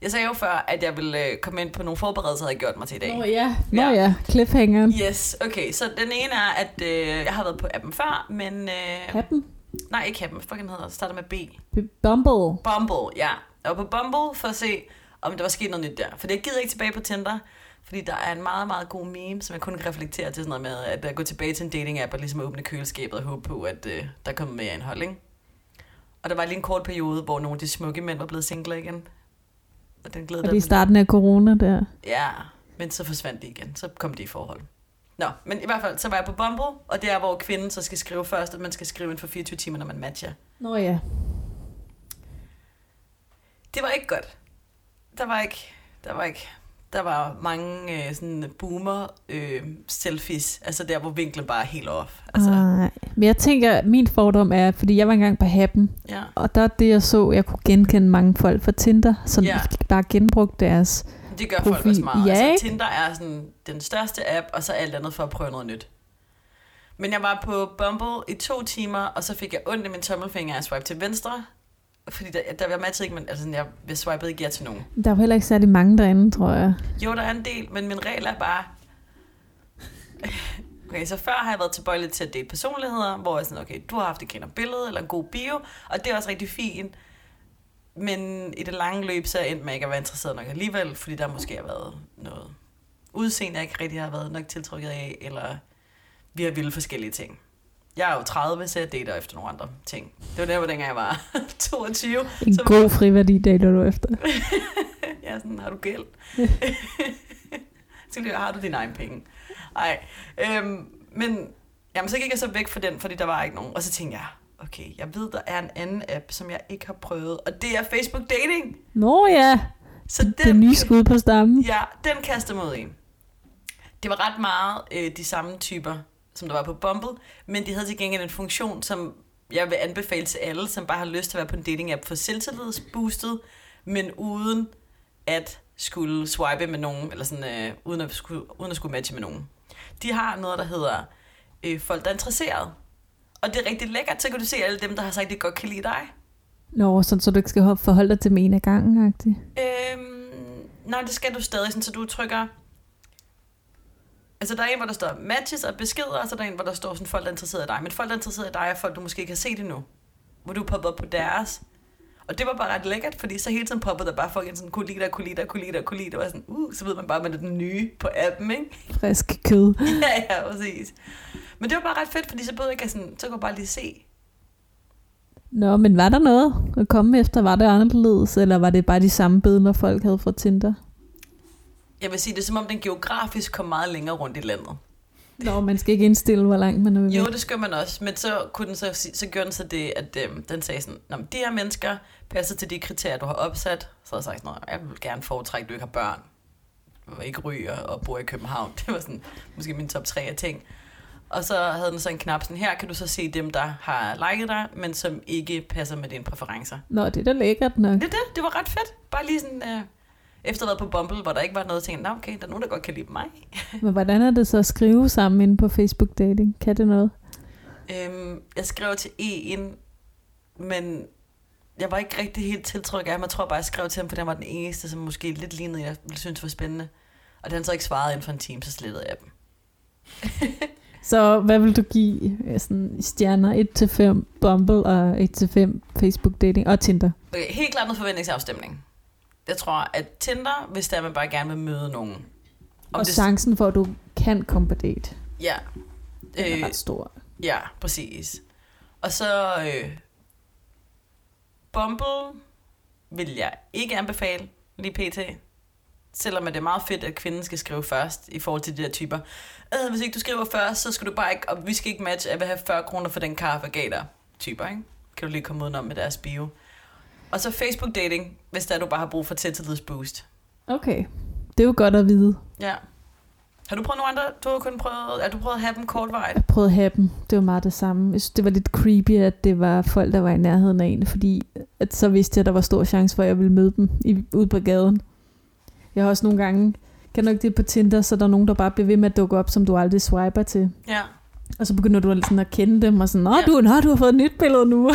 Speaker 2: jeg sagde jo før, at jeg ville øh, komme ind på nogle forberedelser, jeg havde gjort mig til i dag.
Speaker 1: ja.
Speaker 2: Ja.
Speaker 1: Nå ja, cliffhangeren. Ja.
Speaker 2: Yes, okay. Så den ene er, at øh, jeg har været på appen før, men... Øh,
Speaker 1: Happen.
Speaker 2: nej, ikke appen. Hvad fucking hedder det? starter med B.
Speaker 1: Bumble.
Speaker 2: Bumble, ja. Jeg var på Bumble for at se, om der var sket noget nyt der. For jeg gider ikke tilbage på Tinder, fordi der er en meget, meget god meme, som jeg kun kan reflektere til sådan noget med, at øh, gå tilbage til en dating-app og ligesom åbne køleskabet og håbe på, at øh, der kommer mere indhold, ikke? Og der var lige en kort periode, hvor nogle af de smukke mænd var blevet singler igen. Og den glæder
Speaker 1: Og det er i starten af corona der.
Speaker 2: Ja, men så forsvandt de igen. Så kom de i forhold. Nå, men i hvert fald, så var jeg på Bumble, og det er, hvor kvinden så skal skrive først, at man skal skrive inden for 24 timer, når man matcher.
Speaker 1: Nå ja.
Speaker 2: Det var ikke godt. Der var ikke, der var ikke, der var mange øh, sådan boomer øh, selfies, altså der, hvor vinklen bare er helt off. Altså, ah.
Speaker 1: Ej. Men jeg tænker, at min fordom er, fordi jeg var engang på Happen,
Speaker 2: ja.
Speaker 1: Og der er det, jeg så, jeg kunne genkende mange folk fra Tinder, som
Speaker 2: Ja.
Speaker 1: yeah. bare genbrugte deres
Speaker 2: Det gør folk
Speaker 1: profil.
Speaker 2: også meget.
Speaker 1: Ja,
Speaker 2: altså,
Speaker 1: ikke?
Speaker 2: Tinder er sådan den største app, og så alt andet for at prøve noget nyt. Men jeg var på Bumble i to timer, og så fik jeg ondt i min tommelfinger, og jeg swipede til venstre. Fordi der, der var matchet ikke, men altså, sådan, jeg, jeg swipede ikke ja til nogen.
Speaker 1: Der er jo heller ikke særlig mange derinde, tror jeg.
Speaker 2: Jo, der er en del, men min regel er bare... Okay, så før har jeg været tilbøjelig til at dele personligheder, hvor jeg er sådan, okay, du har haft et griner billede eller en god bio, og det er også rigtig fint. Men i det lange løb, så er jeg endt med ikke at være interesseret nok alligevel, fordi der måske har været noget udseende, jeg ikke rigtig har været nok tiltrukket af, eller vi har ville forskellige ting. Jeg er jo 30, så jeg dater efter nogle andre ting. Det var der, hvor dengang jeg var 22,
Speaker 1: En
Speaker 2: Så-
Speaker 1: god friværdi dater du efter.
Speaker 2: jeg er sådan, har du gæld? Så lige, har du dine egne penge? Nej. Øhm, men jamen, så gik jeg så væk fra den, fordi der var ikke nogen. Og så tænkte jeg, okay, jeg ved, der er en anden app, som jeg ikke har prøvet. Og det er Facebook Dating.
Speaker 1: Nå ja,
Speaker 2: Så den,
Speaker 1: det nye skud på stammen.
Speaker 2: Ja, den kaster mod en. Det var ret meget øh, de samme typer, som der var på Bumble, men de havde til gengæld en funktion, som jeg vil anbefale til alle, som bare har lyst til at være på en dating-app for selvtillidsboostet, men uden at skulle swipe med nogen, eller sådan, øh, uden, at skulle, uden at skulle matche med nogen. De har noget, der hedder øh, folk, der er interesseret. Og det er rigtig lækkert, så kan du se alle dem, der har sagt, at de godt kan lide dig.
Speaker 1: Nå, sådan, så du ikke skal hoppe- forholde dig til med en af gangen, agtig.
Speaker 2: Øhm, nej, det skal du stadig, sådan, så du trykker... Altså, der er en, hvor der står matches og beskeder, og så er der en, hvor der står sådan, folk, der er interesseret i dig. Men folk, der er interesseret i dig, er folk, du måske ikke har set endnu. Hvor du popper op på deres. Og det var bare ret lækkert, fordi så hele tiden poppede der bare folk ind sådan, kunne lide dig, kunne lide dig, kunne lide dig, kunne lide dig. Og sådan, uh, så ved man bare, at man er den nye på appen, ikke?
Speaker 1: Frisk kød.
Speaker 2: ja, ja, præcis. Men det var bare ret fedt, fordi så, bød jeg ikke sådan, så kunne jeg bare lige se.
Speaker 1: Nå, men var der noget at komme efter? Var det anderledes, eller var det bare de samme billeder, folk havde fra Tinder?
Speaker 2: Jeg vil sige, det er som om den geografisk kom meget længere rundt i landet.
Speaker 1: Nå, man skal ikke indstille, hvor langt man er ved.
Speaker 2: Jo, det skal man også, men så, kunne den så, si- så gjorde den så det, at øhm, den sagde sådan, Nå, men de her mennesker passer til de kriterier, du har opsat. Så havde jeg sagt sådan noget, jeg vil gerne foretrække, at du ikke har børn, og ikke ryger og bor i København. Det var sådan, måske min top 3 af ting. Og så havde den så en knap sådan, her kan du så se dem, der har liket dig, men som ikke passer med dine præferencer.
Speaker 1: Nå, det er da lækkert nok.
Speaker 2: Det, er det, det var ret fedt. Bare lige sådan, øh, efter at have været på Bumble, hvor der ikke var noget, tænkte jeg, "Nå, okay, der er nogen, der godt kan lide mig.
Speaker 1: Men hvordan er det så at skrive sammen inde på Facebook Dating? Kan det noget?
Speaker 2: Øhm, jeg skrev til en, men jeg var ikke rigtig helt tiltrykket af ham. Jeg tror bare, jeg skrev til ham, for han var den eneste, som måske lidt lignede, en, jeg ville synes var spændende. Og da han så ikke svarede inden for en time, så slettede jeg dem.
Speaker 1: Så hvad vil du give øh, sådan, stjerner 1-5 Bumble og 1-5 Facebook Dating og Tinder?
Speaker 2: Okay, helt klart noget forventningsafstemning. Jeg tror, at Tinder, hvis der man bare gerne vil møde nogen.
Speaker 1: Om og det... chancen for, at du kan komme på date,
Speaker 2: Ja.
Speaker 1: den er
Speaker 2: Øh,
Speaker 1: ret stor.
Speaker 2: Ja, præcis. Og så øh, Bumble vil jeg ikke anbefale lige pt. Selvom at det er meget fedt, at kvinden skal skrive først i forhold til de der typer. Øh, hvis ikke du skriver først, så skal du bare ikke, og vi skal ikke matche, at jeg vil have 40 kroner for den kaffe jeg gav dig. Typer, ikke? Kan du lige komme udenom med deres bio. Og så Facebook dating, hvis der du bare har brug for tillidsboost.
Speaker 1: Okay, det er jo godt at vide.
Speaker 2: Ja. Har du prøvet nogle andre? Du har kun prøvet, at du prøvet at have dem kortvarigt.
Speaker 1: Jeg prøvede at have dem. Det var meget det samme. Jeg synes, det var lidt creepy, at det var folk, der var i nærheden af en, fordi at så vidste jeg, at der var stor chance for, at jeg ville møde dem i, ude på gaden. Jeg har også nogle gange, kan nok det på Tinder, så er der er nogen, der bare bliver ved med at dukke op, som du aldrig swiper til.
Speaker 2: Ja.
Speaker 1: Og så begynder du sådan at kende dem, og sådan, nå, du, nå, du har fået et nyt billede nu.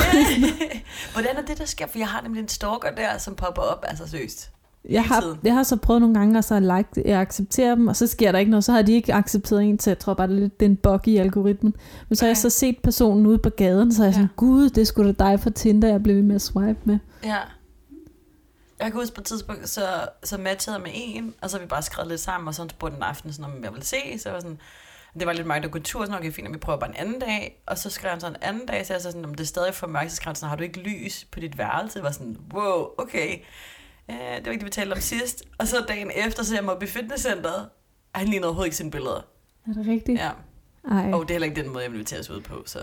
Speaker 2: Hvordan er det, der sker? For jeg har nemlig en stalker der, som popper op, altså seriøst.
Speaker 1: Jeg har,
Speaker 2: tiden.
Speaker 1: jeg har så prøvet nogle gange, og så har jeg like, jeg accepterer dem, og så sker der ikke noget, så har de ikke accepteret en til, jeg tror bare, det er lidt det er en bug i algoritmen. Men så har jeg
Speaker 2: Okay.
Speaker 1: så set personen ude på gaden, så er jeg
Speaker 2: Ja.
Speaker 1: sådan, gud, det skulle da dig fra Tinder, jeg blev ved med at swipe med.
Speaker 2: Ja. Jeg kan huske på et tidspunkt, så, så matchede jeg med en, og så har vi bare skrevet lidt sammen, og så spurgte den aften, sådan, om jeg ville se. Så jeg var sådan, det var lidt mørkt og kultur, sådan, okay, fint, og vi prøver bare en anden dag. Og så skrev han sådan en anden dag, så jeg så sådan, om det er stadig for mørkt, så skrev han sådan, har du ikke lys på dit værelse? Jeg var sådan, wow, okay. Øh, det var ikke det, vi talte om sidst. Og så dagen efter, så jeg mig op i fitnesscenteret, og han lignede overhovedet ikke sine billeder.
Speaker 1: Er det rigtigt?
Speaker 2: Ja.
Speaker 1: Ej,
Speaker 2: Og det er heller ikke den måde, jeg vil invitere os ud på, så...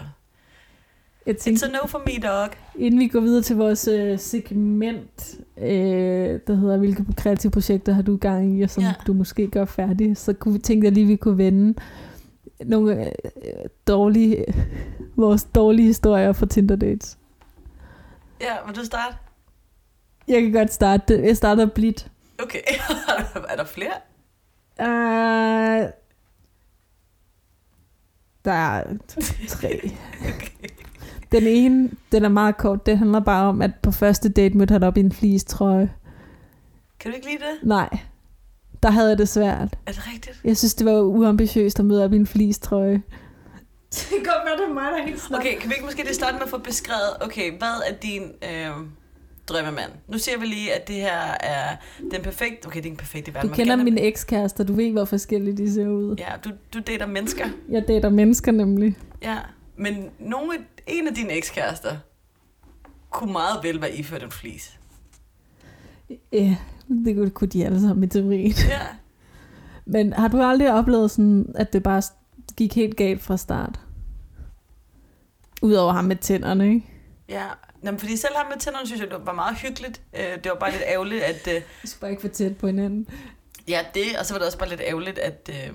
Speaker 1: jeg
Speaker 2: It's
Speaker 1: tænkte,
Speaker 2: a no for me, dog.
Speaker 1: inden vi går videre til vores øh, segment, øh, der hedder, hvilke kreative projekter har du gang i, og som
Speaker 2: Ja.
Speaker 1: ja. du måske gør færdig, så kunne vi tænke, at lige vi kunne vende nogle øh, øh, dårlige, vores dårlige historier fra Tinder dates.
Speaker 2: Ja, vil du starte?
Speaker 1: Jeg kan godt starte. Jeg starter blidt.
Speaker 2: Okay, er der flere?
Speaker 1: Uh, der er tre. Den ene, den er meget kort. Det handler bare om, at på første date mødte han op i en fleecetrøje.
Speaker 2: Kan du ikke lide det?
Speaker 1: Nej, der havde jeg det svært.
Speaker 2: Er det rigtigt?
Speaker 1: Jeg synes, det var uambitiøst at møde op i en fleecetrøje. Det kan godt være, det er mig, der er helt snart.
Speaker 2: Okay, kan vi ikke måske lige starte med at få beskrevet, okay, hvad er din øh, drømmemand? Nu ser vi lige, at det her er den perfekte... Okay, det er ikke den perfekte verden.
Speaker 1: Du
Speaker 2: man
Speaker 1: kender
Speaker 2: kan-
Speaker 1: mine ekskærester, du ved, hvor forskellige de ser ud.
Speaker 2: Ja, du, du dater mennesker.
Speaker 1: Jeg dater mennesker nemlig.
Speaker 2: Ja, men nogle, af- en af dine ekskærester kunne meget vel være iført en flis.
Speaker 1: Ja, det kunne- kunne de alle sammen i teorien.
Speaker 2: Ja.
Speaker 1: Men har du aldrig oplevet sådan, at det bare gik helt galt fra start? Udover ham med tænderne, ikke?
Speaker 2: Ja, Nå, men fordi selv ham med tænderne synes jeg, det var meget hyggeligt. Øh, Det var bare lidt ærgerligt, at... øh,
Speaker 1: Vi skal bare ikke for tæt på hinanden.
Speaker 2: Ja, det, og så var det også bare lidt ærgerligt, at, øh,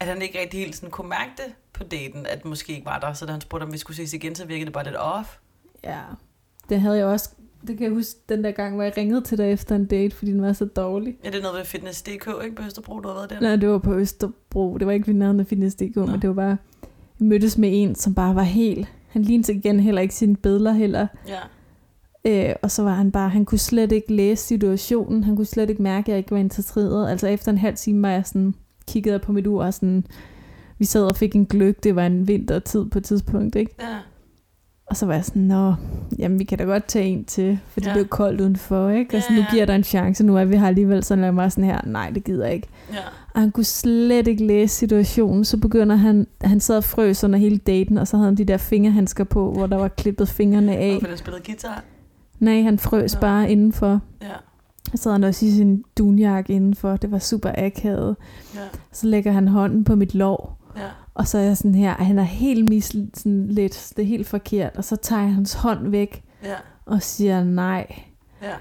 Speaker 2: at han ikke rigtig helt sådan kunne mærke det på daten, at måske ikke var der. Så da han spurgte, om vi skulle ses igen, så virkede det bare lidt off.
Speaker 1: Ja. Det havde jeg også... Det kan jeg huske den der gang, hvor jeg ringede til dig efter en date, fordi den var så dårlig.
Speaker 2: Ja, det er noget ved fitness.dk, ikke? På Østerbro, du har været der.
Speaker 1: Nej, det var på Østerbro. Det var ikke ved nærheden af Fitness.dk,
Speaker 2: Nå.
Speaker 1: men det var bare... Jeg mødtes med en, som bare var helt... Han lignede igen heller ikke sine billeder heller.
Speaker 2: Ja.
Speaker 1: Øh, og så var han bare, han kunne slet ikke læse situationen, han kunne slet ikke mærke, at jeg ikke var interesseret. Altså efter en halv time var jeg sådan, kiggede jeg på mit ur og sådan, vi sad og fik en gløk, det var en vintertid på et tidspunkt, ikke?
Speaker 2: ja.
Speaker 1: Og så var jeg sådan, nå, jamen vi kan da godt tage en til, for det
Speaker 2: Ja.
Speaker 1: blev koldt udenfor, ikke? Og sådan, nu
Speaker 2: Ja, ja.
Speaker 1: giver der en chance, nu er vi her alligevel, så lader mig sådan her, nej, det gider jeg ikke.
Speaker 2: Ja.
Speaker 1: Og han kunne slet ikke læse situationen, så begynder han, han sad og frøs under hele daten, og så havde han de der fingerhandsker på, hvor der var klippet fingrene af.
Speaker 2: Hvorfor den spillede guitar?
Speaker 1: Nej, han frøs
Speaker 2: Nå.
Speaker 1: bare indenfor.
Speaker 2: Ja.
Speaker 1: Så sad han også i sin dunjakke indenfor. Det var super akavet.
Speaker 2: Ja.
Speaker 1: Så lægger han hånden på mit lår.
Speaker 2: Ja.
Speaker 1: Og så er jeg sådan her, at han er helt mis sådan lidt, det er helt forkert. Og så tager jeg hans hånd væk
Speaker 2: Ja.
Speaker 1: og siger nej.
Speaker 2: Ja.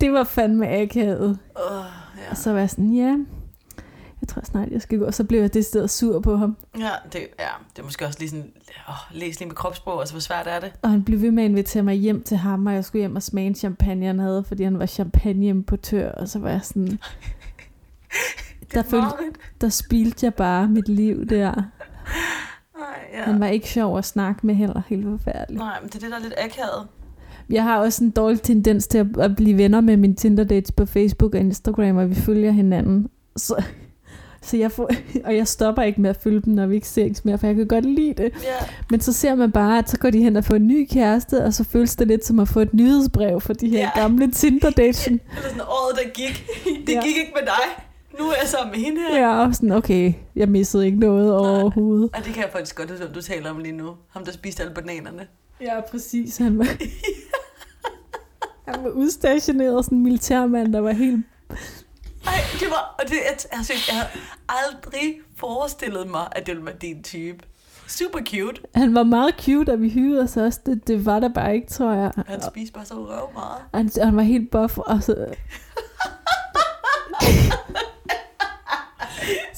Speaker 1: Det var fandme akavet.
Speaker 2: Uh, ja.
Speaker 1: Og så var jeg sådan, ja, jeg tror snart, jeg skal gå. Og så blev jeg decideret sur på ham.
Speaker 2: ja, det, ja, det er måske også lige sådan, åh, læs lige med kropssprog, altså hvor svært er det?
Speaker 1: Og han blev ved med at invitere mig hjem til ham, og jeg skulle hjem og smage en champagne, han havde, fordi han var champagneimportør. Og så var jeg sådan, der, følte, der spildte jeg bare mit liv der.
Speaker 2: Nej, ja.
Speaker 1: Han var ikke sjov at snakke med heller, helt forfærdeligt.
Speaker 2: Nej, men det er det, der er lidt akavet.
Speaker 1: Jeg har også en dårlig tendens til at, at blive venner med mine Tinder-dates på Facebook og Instagram, og vi følger hinanden. Så, så jeg får, og jeg stopper ikke med at følge dem, når vi ikke ses mere, for jeg kan godt lide det.
Speaker 2: Ja.
Speaker 1: Men så ser man bare, at så går de hen og får en ny kæreste, og så føles det lidt som at få et nyhedsbrev for de her
Speaker 2: Ja.
Speaker 1: ja. gamle Tinder-dates.
Speaker 2: Eller sådan året, der gik. Det
Speaker 1: Ja.
Speaker 2: gik ikke med dig. Nu er jeg sammen med hende her.
Speaker 1: Ja, og sådan, okay, jeg missede ikke noget overhovedet.
Speaker 2: Og det kan jeg faktisk godt huske, hvem du taler om lige nu. Ham, der spiste alle bananerne.
Speaker 1: Ja, præcis. Han var, han var udstationeret, sådan en militærmand, der var helt
Speaker 2: Ej, det var... Og det, jeg, altså, jeg havde aldrig forestillet mig, at det ville være din type. Super cute.
Speaker 1: Han var meget cute, og vi hyggede os også. Det, det var der bare ikke, tror jeg.
Speaker 2: Han spiste bare så røv meget.
Speaker 1: Og han, han var helt buff, og så...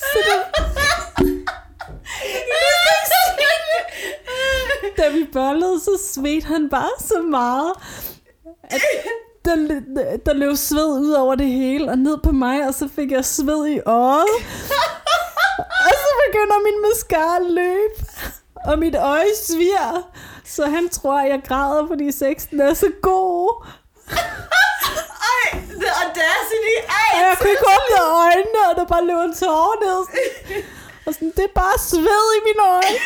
Speaker 1: så det, da vi bollede, så svedte han bare så meget, at der, lø- der løb sved ud over det hele, og ned på mig, og så fik jeg sved i øjet. Og så begynder min mascara at løbe, og mit øje sviger. Så han tror, at jeg græder, fordi sexen er så god.
Speaker 2: Ej, the audacity. Ej,
Speaker 1: Og jeg kunne ikke åbne øjnene, og der bare løb en tårer ned. Og sådan, det er bare sved i mine øjne.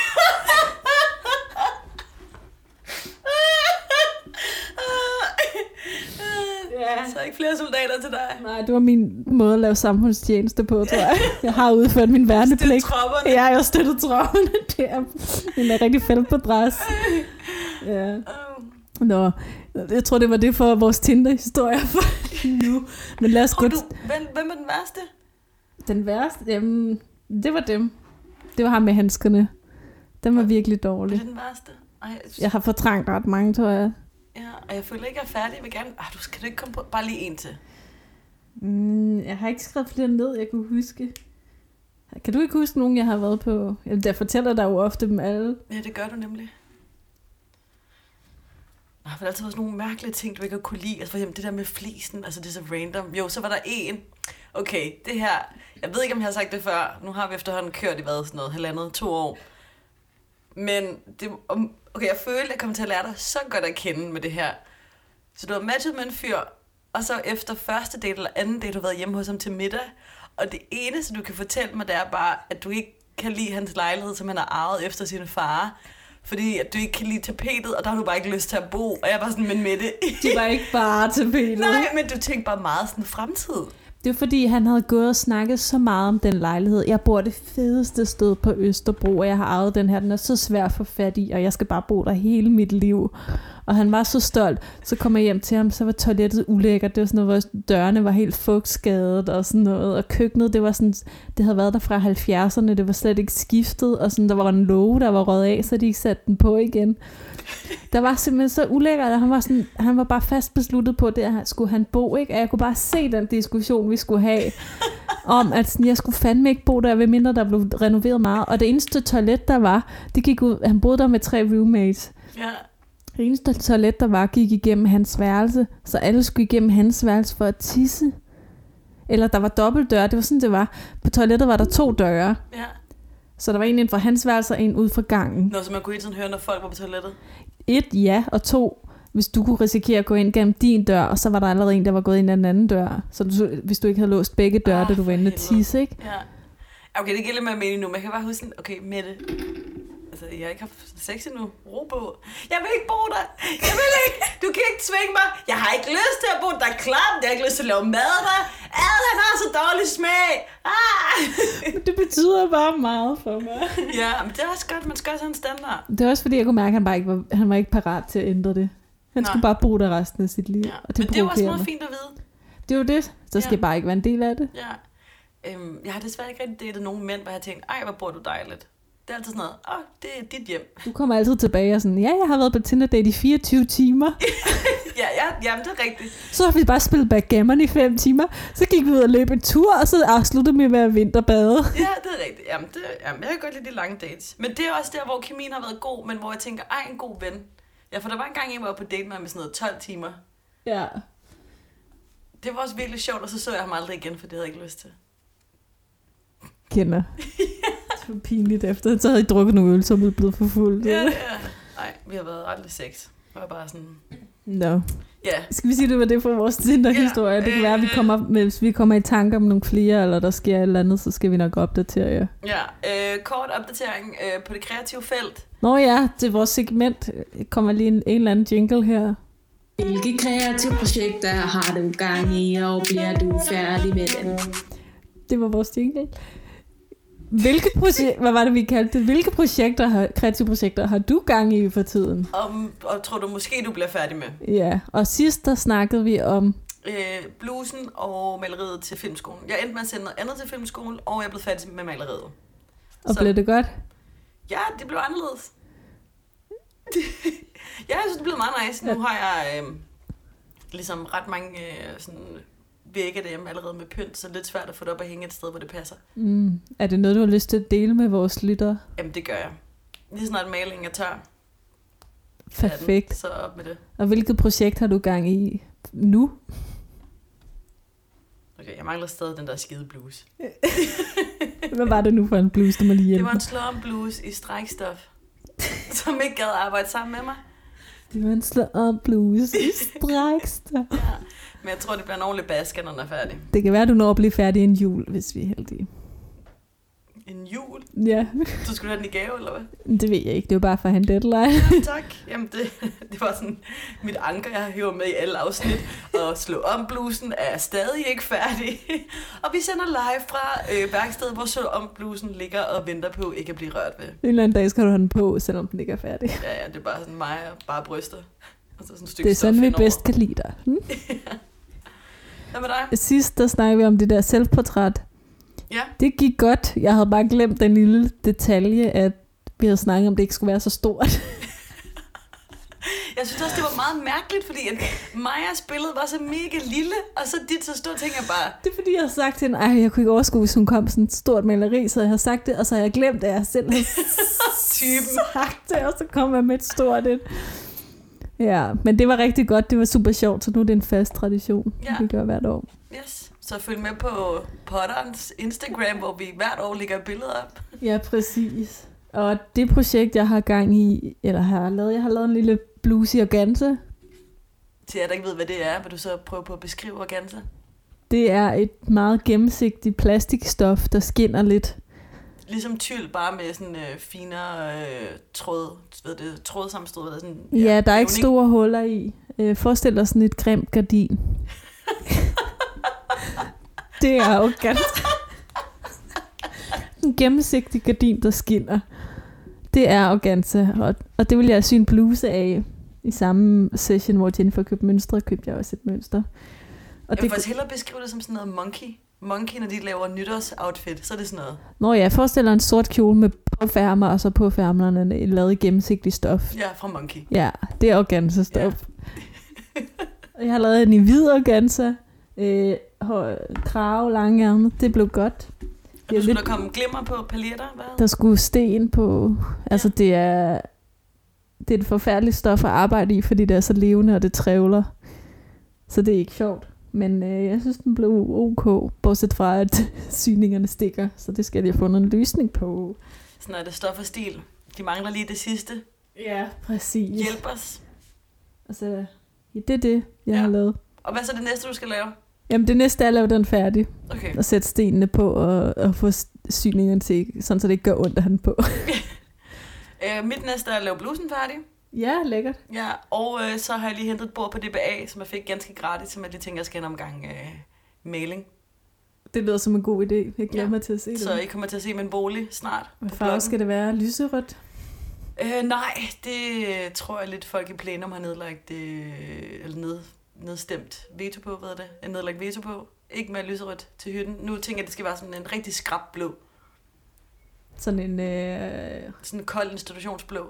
Speaker 2: Ja. Så er ikke flere soldater til dig.
Speaker 1: Nej, det var min måde at lave samfundstjeneste på, tror jeg. Jeg har udført min
Speaker 2: Stil
Speaker 1: værnepligt.
Speaker 2: tropperne.
Speaker 1: Ja, jeg støttede tropperne der. Den er rigtig fældt på dræs. Ja.
Speaker 2: Åh.
Speaker 1: Nå, jeg tror, det var det for vores Tinder-historie for nu. Men lad os
Speaker 2: Tror
Speaker 1: gå...
Speaker 2: du, hvem, hvem er den værste?
Speaker 1: Den værste, jamen, det var dem. Det var ham med handskerne. Den var virkelig
Speaker 2: Hvem
Speaker 1: dårlig.
Speaker 2: er den værste? Ej, jeg synes-
Speaker 1: Jeg har fortrængt ret mange, tror jeg.
Speaker 2: ja, og jeg føler ikke, jeg er færdig. Jeg vil gerne... Ah, du skal du ikke komme på bare lige en til.
Speaker 1: Mm, jeg har ikke skrevet flere ned, jeg kunne huske. Kan du ikke huske nogen, jeg har været på? Jamen, der fortæller der jo ofte dem alle.
Speaker 2: Ja, det gør du nemlig. Der har vel altid været sådan nogle mærkelige ting, du ikke har kunne lide. Altså for eksempel det der med flisen, altså det er så random. Jo, så var der en. Okay, det her, jeg ved ikke, om jeg har sagt det før. Nu har vi efterhånden kørt i hvad, sådan noget, halvandet, to år. Men det, om- okay, jeg følte, at jeg kom til at lære dig så godt at kende med det her. Så du har matchet med en fyr, og så efter første date eller anden date, du har været hjemme hos ham til middag. Og det eneste, du kan fortælle mig, det er bare, at du ikke kan lide hans lejlighed, som han har arvet efter sin far. Fordi at du ikke kan lide tapetet, og der har du bare ikke lyst til at bo. Og jeg var sådan, men med det...
Speaker 1: De var ikke bare til Peter.
Speaker 2: Nej, men du tænkte bare meget sådan fremtid.
Speaker 1: Det er fordi, han havde gået og snakket så meget om den lejlighed. Jeg bor det fedeste sted på Østerbro, og jeg har arvet den her. Den er så svær at få fat i, og jeg skal bare bo der hele mit liv. Og han var så stolt. Så kom jeg hjem til ham, så var toilettet ulækkert. Det var sådan noget, hvor dørene var helt fugtskadet og sådan noget. Og køkkenet, det var sådan, det havde været der fra 70'erne. Det var slet ikke skiftet, og sådan, der var en låge, der var røget af, så de ikke satte den på igen. Der var simpelthen så ulækkert, og han var, sådan, han var bare fast besluttet på, det at han- skulle han bo, ikke? Og jeg kunne bare se den diskussion, vi skulle have, om at sådan, jeg skulle fandme ikke bo der, ved mindre der blev renoveret meget. Og det eneste toilet, der var, det gik ud, han boede der med tre roommates.
Speaker 2: Ja.
Speaker 1: Det eneste toilet, der var, gik igennem hans værelse, så alle skulle igennem hans værelse for at tisse. Eller der var dobbeltdøre, det var sådan, det var. På toilettet var der to døre,
Speaker 2: ja.
Speaker 1: så der var en ind fra hans værelse og en ud fra gangen.
Speaker 2: Nå, så man kunne hele tiden høre, når folk var på toilettet.
Speaker 1: et ja, og to, hvis du kunne risikere at gå ind gennem din dør, og så var der allerede en, der var gået ind ad den anden dør. Så du, hvis du ikke havde låst begge døre,
Speaker 2: Ah,
Speaker 1: ah, da du
Speaker 2: for
Speaker 1: var inde og
Speaker 2: helvede.
Speaker 1: tisse, ikke?
Speaker 2: Ja. Okay, det giver lidt mere mening nu, men jeg kan bare huske sådan, okay, Mette, altså, jeg har ikke haft sex endnu. Ro på. Jeg vil ikke bo der. Jeg vil ikke. Du kan ikke tvinge mig. Jeg har ikke lyst til at bo der. Klamt. Jeg har ikke lyst til at lave mad der. Ad, han har så dårlig smag. Ah.
Speaker 1: Det betyder bare meget for mig.
Speaker 2: Ja, men det er også godt. Man skal også have en standard.
Speaker 1: Det er også fordi, jeg kunne mærke, at han, bare ikke var, han var ikke parat til at ændre det. Han
Speaker 2: Nej.
Speaker 1: skulle bare bo der resten af sit liv,
Speaker 2: Ja.
Speaker 1: og
Speaker 2: men
Speaker 1: det
Speaker 2: det er jo også
Speaker 1: provokerer
Speaker 2: noget
Speaker 1: mig.
Speaker 2: fint at vide.
Speaker 1: Det er jo det. Så skal
Speaker 2: Ja.
Speaker 1: jeg bare ikke være en del af det.
Speaker 2: Ja. Øhm, jeg har desværre ikke rigtig datet nogen mænd, hvor jeg har tænkt, ej, hvor bor du dejligt. Det er altid sådan noget, åh, det er dit hjem.
Speaker 1: Du kommer altid tilbage og sådan, ja, jeg har været på Tinder-date i 24 timer.
Speaker 2: Ja, ja, jamen, det er rigtigt.
Speaker 1: Så har vi bare spillet backgammon i 5 timer. Så gik vi ud og løb en tur, og så afsluttede vi med at vinterbade.
Speaker 2: Ja, det er rigtigt. Jamen, det, jamen, jeg kan godt lide de lange dates. Men det er også der, hvor kemien har været god, men hvor jeg tænker, ej, en god ven. Ja, for der var en gang, jeg var på date med ham i sådan noget 12 timer.
Speaker 1: Ja.
Speaker 2: Det var også virkelig sjovt, og så så jeg ham aldrig igen, for det havde jeg ikke lyst til.
Speaker 1: kender. Det var pinligt efter. Så havde I drukket nogle øl, som blevet for fuld.
Speaker 2: Ja, ja. Nej, vi har været aldrig sex. Det var bare sådan,
Speaker 1: Nå.
Speaker 2: ja.
Speaker 1: Skal vi sige, det var det for vores Tinder-historie?
Speaker 2: Ja,
Speaker 1: Det kan være, at vi
Speaker 2: øh.
Speaker 1: kommer, hvis vi kommer i tanke om nogle flere, eller der sker et eller andet, så skal vi nok opdatere jer.
Speaker 2: Ja, øh, kort opdatering øh, på det kreative felt.
Speaker 1: Nå ja, til vores segment kommer lige en, en eller anden jingle her.
Speaker 3: Hvilke kreative projekter har du gang i, og bliver du færdig med dem?
Speaker 1: Det var vores jingle. Hvilke projekter, hvad var det, vi kaldte det? Hvilke projekter, har, kreative projekter har du gang i for tiden?
Speaker 2: Og, og tror du måske, du bliver færdig med?
Speaker 1: Ja, og sidst der snakkede vi om,
Speaker 2: Øh, blusen og maleriet til filmskolen. Jeg endte med at sende noget andet til filmskolen, og jeg blev færdig med maleriet.
Speaker 1: og
Speaker 2: Så-
Speaker 1: blev det godt?
Speaker 2: Ja, det blev anderledes. ja, jeg synes, det blev meget nice. Nu har jeg øh, ligesom ret mange øh, sådan vægge derhjemme allerede med pynt, så det er lidt svært at få det op og hænge et sted, hvor det passer.
Speaker 1: Mm, er det noget, du har lyst til at dele med vores lyttere?
Speaker 2: Jamen, det gør jeg. Lige snart malingen er tør, er den,
Speaker 1: Perfekt.
Speaker 2: så op med det.
Speaker 1: Og hvilket projekt har du gang i nu?
Speaker 2: Okay, jeg mangler stadig den der skide bluse.
Speaker 1: Hvad var det nu for en bluse, du må lige
Speaker 2: Det
Speaker 1: hjælpe?
Speaker 2: var en slum bluse i strækstof, som ikke gad arbejde sammen med mig.
Speaker 1: Det var en slå om bluse i strækster.
Speaker 2: Men jeg tror, det bliver en ordentlig basker, når den er færdig.
Speaker 1: Det kan være, du når at blive færdig en jul, hvis vi er heldige.
Speaker 2: En jul?
Speaker 1: Ja,
Speaker 2: Så skulle du have den i gave, eller hvad?
Speaker 1: det ved jeg ikke. Det er jo bare for at have en deadline.
Speaker 2: Ja, tak. Jamen, det, det var sådan mit anker, jeg hiver med i alle afsnit. Og slå om blusen er stadig ikke færdig. Og vi sender live fra øh, værkstedet, hvor slå om blusen ligger og venter på ikke at blive rørt ved.
Speaker 1: En eller anden dag skal du have den på, selvom den ikke er færdig.
Speaker 2: Ja, ja, det er bare sådan mig og bare bryster. Og så sådan et stykke
Speaker 1: Det er sådan,
Speaker 2: stof
Speaker 1: vi
Speaker 2: indover.
Speaker 1: bedst kan lide dig. Hm?
Speaker 2: Hvad med dig?
Speaker 1: Sidst, der snakkede vi om det der selvportræt.
Speaker 2: Ja,
Speaker 1: Det gik godt. Jeg havde bare glemt den lille detalje, at vi havde snakket om, det ikke skulle være så stort.
Speaker 2: jeg synes også, det var meget mærkeligt, fordi at Majas billede var så mega lille, og så dit så stort, tænker jeg bare,
Speaker 1: Det er fordi, jeg har sagt til hende, ej, jeg kunne ikke overskue, hvis hun kom med sådan et stort maleri, så jeg har sagt det, og så har jeg glemt, at jeg selv har
Speaker 2: typen.
Speaker 1: sagt det, og så kom jeg med et stort et. Ja, men det var rigtig godt. Det var super sjovt, så nu er det en fast tradition,
Speaker 2: Ja.
Speaker 1: ja. vi gør hvert år.
Speaker 2: Yes. Så følg med på Potterens Instagram, hvor vi hvert år lægger billeder op.
Speaker 1: Ja, præcis. Og det projekt, jeg har gang i, eller har lavet, jeg har lavet en lille bluesy organza.
Speaker 2: Til jer, der ikke ved, hvad det er, vil du så prøve på at beskrive organza?
Speaker 1: Det er et meget gennemsigtigt plastikstof, der skinner lidt.
Speaker 2: Ligesom tyld, bare med sådan øh, finere øh, tråd, ved det, trådsammenstød, hvad det er,
Speaker 1: Ja,
Speaker 2: sådan.
Speaker 1: ja der er ikke
Speaker 2: vævning.
Speaker 1: store huller i. Øh, forestil dig sådan et grimt gardin. det er jo ganske... en gennemsigtig gardin, der skinner. Det er organza, og, og det vil jeg sy en bluse af i samme session, hvor Jennifer købte mønstre, købte jeg også et mønster. Og
Speaker 2: Jeg vil
Speaker 1: det,
Speaker 2: faktisk hellere beskrive det som sådan noget monkey. Monkey, når de laver nytårsoutfit, så er det sådan noget.
Speaker 1: Nå ja, forestil dig en sort kjole med påfærmer, og så påfærmerne er lavet i gennemsigtig stof.
Speaker 2: Ja, fra monkey.
Speaker 1: Ja, det er organza stof. Ja. jeg har lavet en i hvid organza. Øh, hår- krave, lange ærmer. Det blev godt.
Speaker 2: Og
Speaker 1: Ja,
Speaker 2: du skulle
Speaker 1: lidt-
Speaker 2: da komme glimmer på paljetter, hvad?
Speaker 1: Der skulle sten på. Altså, det er... Det er et forfærdeligt stof at arbejde i, fordi det er så levende, og det trævler. Så det er ikke sjovt. Men øh, jeg synes, den blev ok, bortset fra, at syningerne stikker. Så det skal jeg have fundet en løsning på.
Speaker 2: Sådan er det stof og stil. De mangler lige det sidste.
Speaker 1: Ja, præcis.
Speaker 2: Hjælp os.
Speaker 1: Altså, ja, det er det, jeg
Speaker 2: Ja.
Speaker 1: ja. har lavet.
Speaker 2: Og hvad så er det næste, du skal lave?
Speaker 1: Jamen, det næste er at lave den færdig.
Speaker 2: Okay.
Speaker 1: og sætte stenene på og, og få syningen til, sådan så det ikke gør ondt at have den på.
Speaker 2: Øh, mit næste er at lave blusen færdig.
Speaker 1: Ja, lækkert.
Speaker 2: Ja, og øh, så har jeg lige hentet et bord på DBA, som jeg fik ganske gratis, som jeg lige tænker, jeg skal have en omgang øh, mailing.
Speaker 1: Det lyder som en god idé. Jeg glæder
Speaker 2: Ja.
Speaker 1: ja. mig til at se det.
Speaker 2: Så I kommer til at se min bolig snart.
Speaker 1: Hvad
Speaker 2: på
Speaker 1: farve
Speaker 2: bloggen.
Speaker 1: skal det være? Lyserødt?
Speaker 2: Øh, nej, det øh, tror jeg lidt folk i plenum har nedlagt, øh, eller ned, nedstemt veto på, hvad er det? En nedlagt veto på. Ikke med lyserødt til hytten. Nu tænker jeg, at det skal være sådan en rigtig skrab blå.
Speaker 1: Sådan en... Øh,
Speaker 2: Sådan en kold institutionsblå.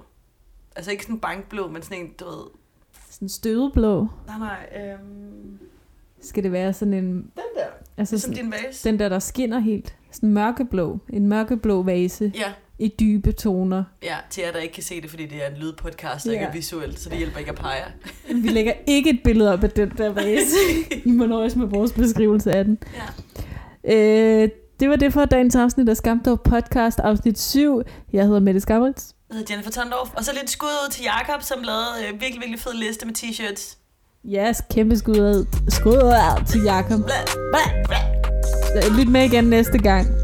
Speaker 2: Altså ikke sådan en bankblå, men sådan en, du ved...
Speaker 1: sådan stødeblå.
Speaker 2: Nej, nej, øhm,
Speaker 1: Skal det være sådan en...
Speaker 2: den der.
Speaker 1: Altså
Speaker 2: Som
Speaker 1: sådan,
Speaker 2: din vase.
Speaker 1: den der, der skinner helt. Sådan mørkeblå. En mørkeblå vase
Speaker 2: Ja,
Speaker 1: i dybe toner.
Speaker 2: ja, til jer, der ikke kan se det, fordi det er en lydpodcast, og ikke
Speaker 1: Ja.
Speaker 2: er visuelt, så det hjælper ikke at pege.
Speaker 1: Vi lægger ikke et billede op af den der vase. I må nøjes med vores beskrivelse af den.
Speaker 2: Ja.
Speaker 1: Øh, det var det for dagens afsnit af Skamdorf Podcast, afsnit 7. Jeg hedder Mette Skammerits.
Speaker 2: Jeg hedder Jennifer Tondorf. Og så lidt skud ud til Jakob, som lavede øh, virkelig, virkelig fed liste med t-shirts.
Speaker 1: Ja, yes, kæmpe skud ud, skud ud til Jakob.
Speaker 2: Blah, blah, blah.
Speaker 1: Lyt med igen næste gang.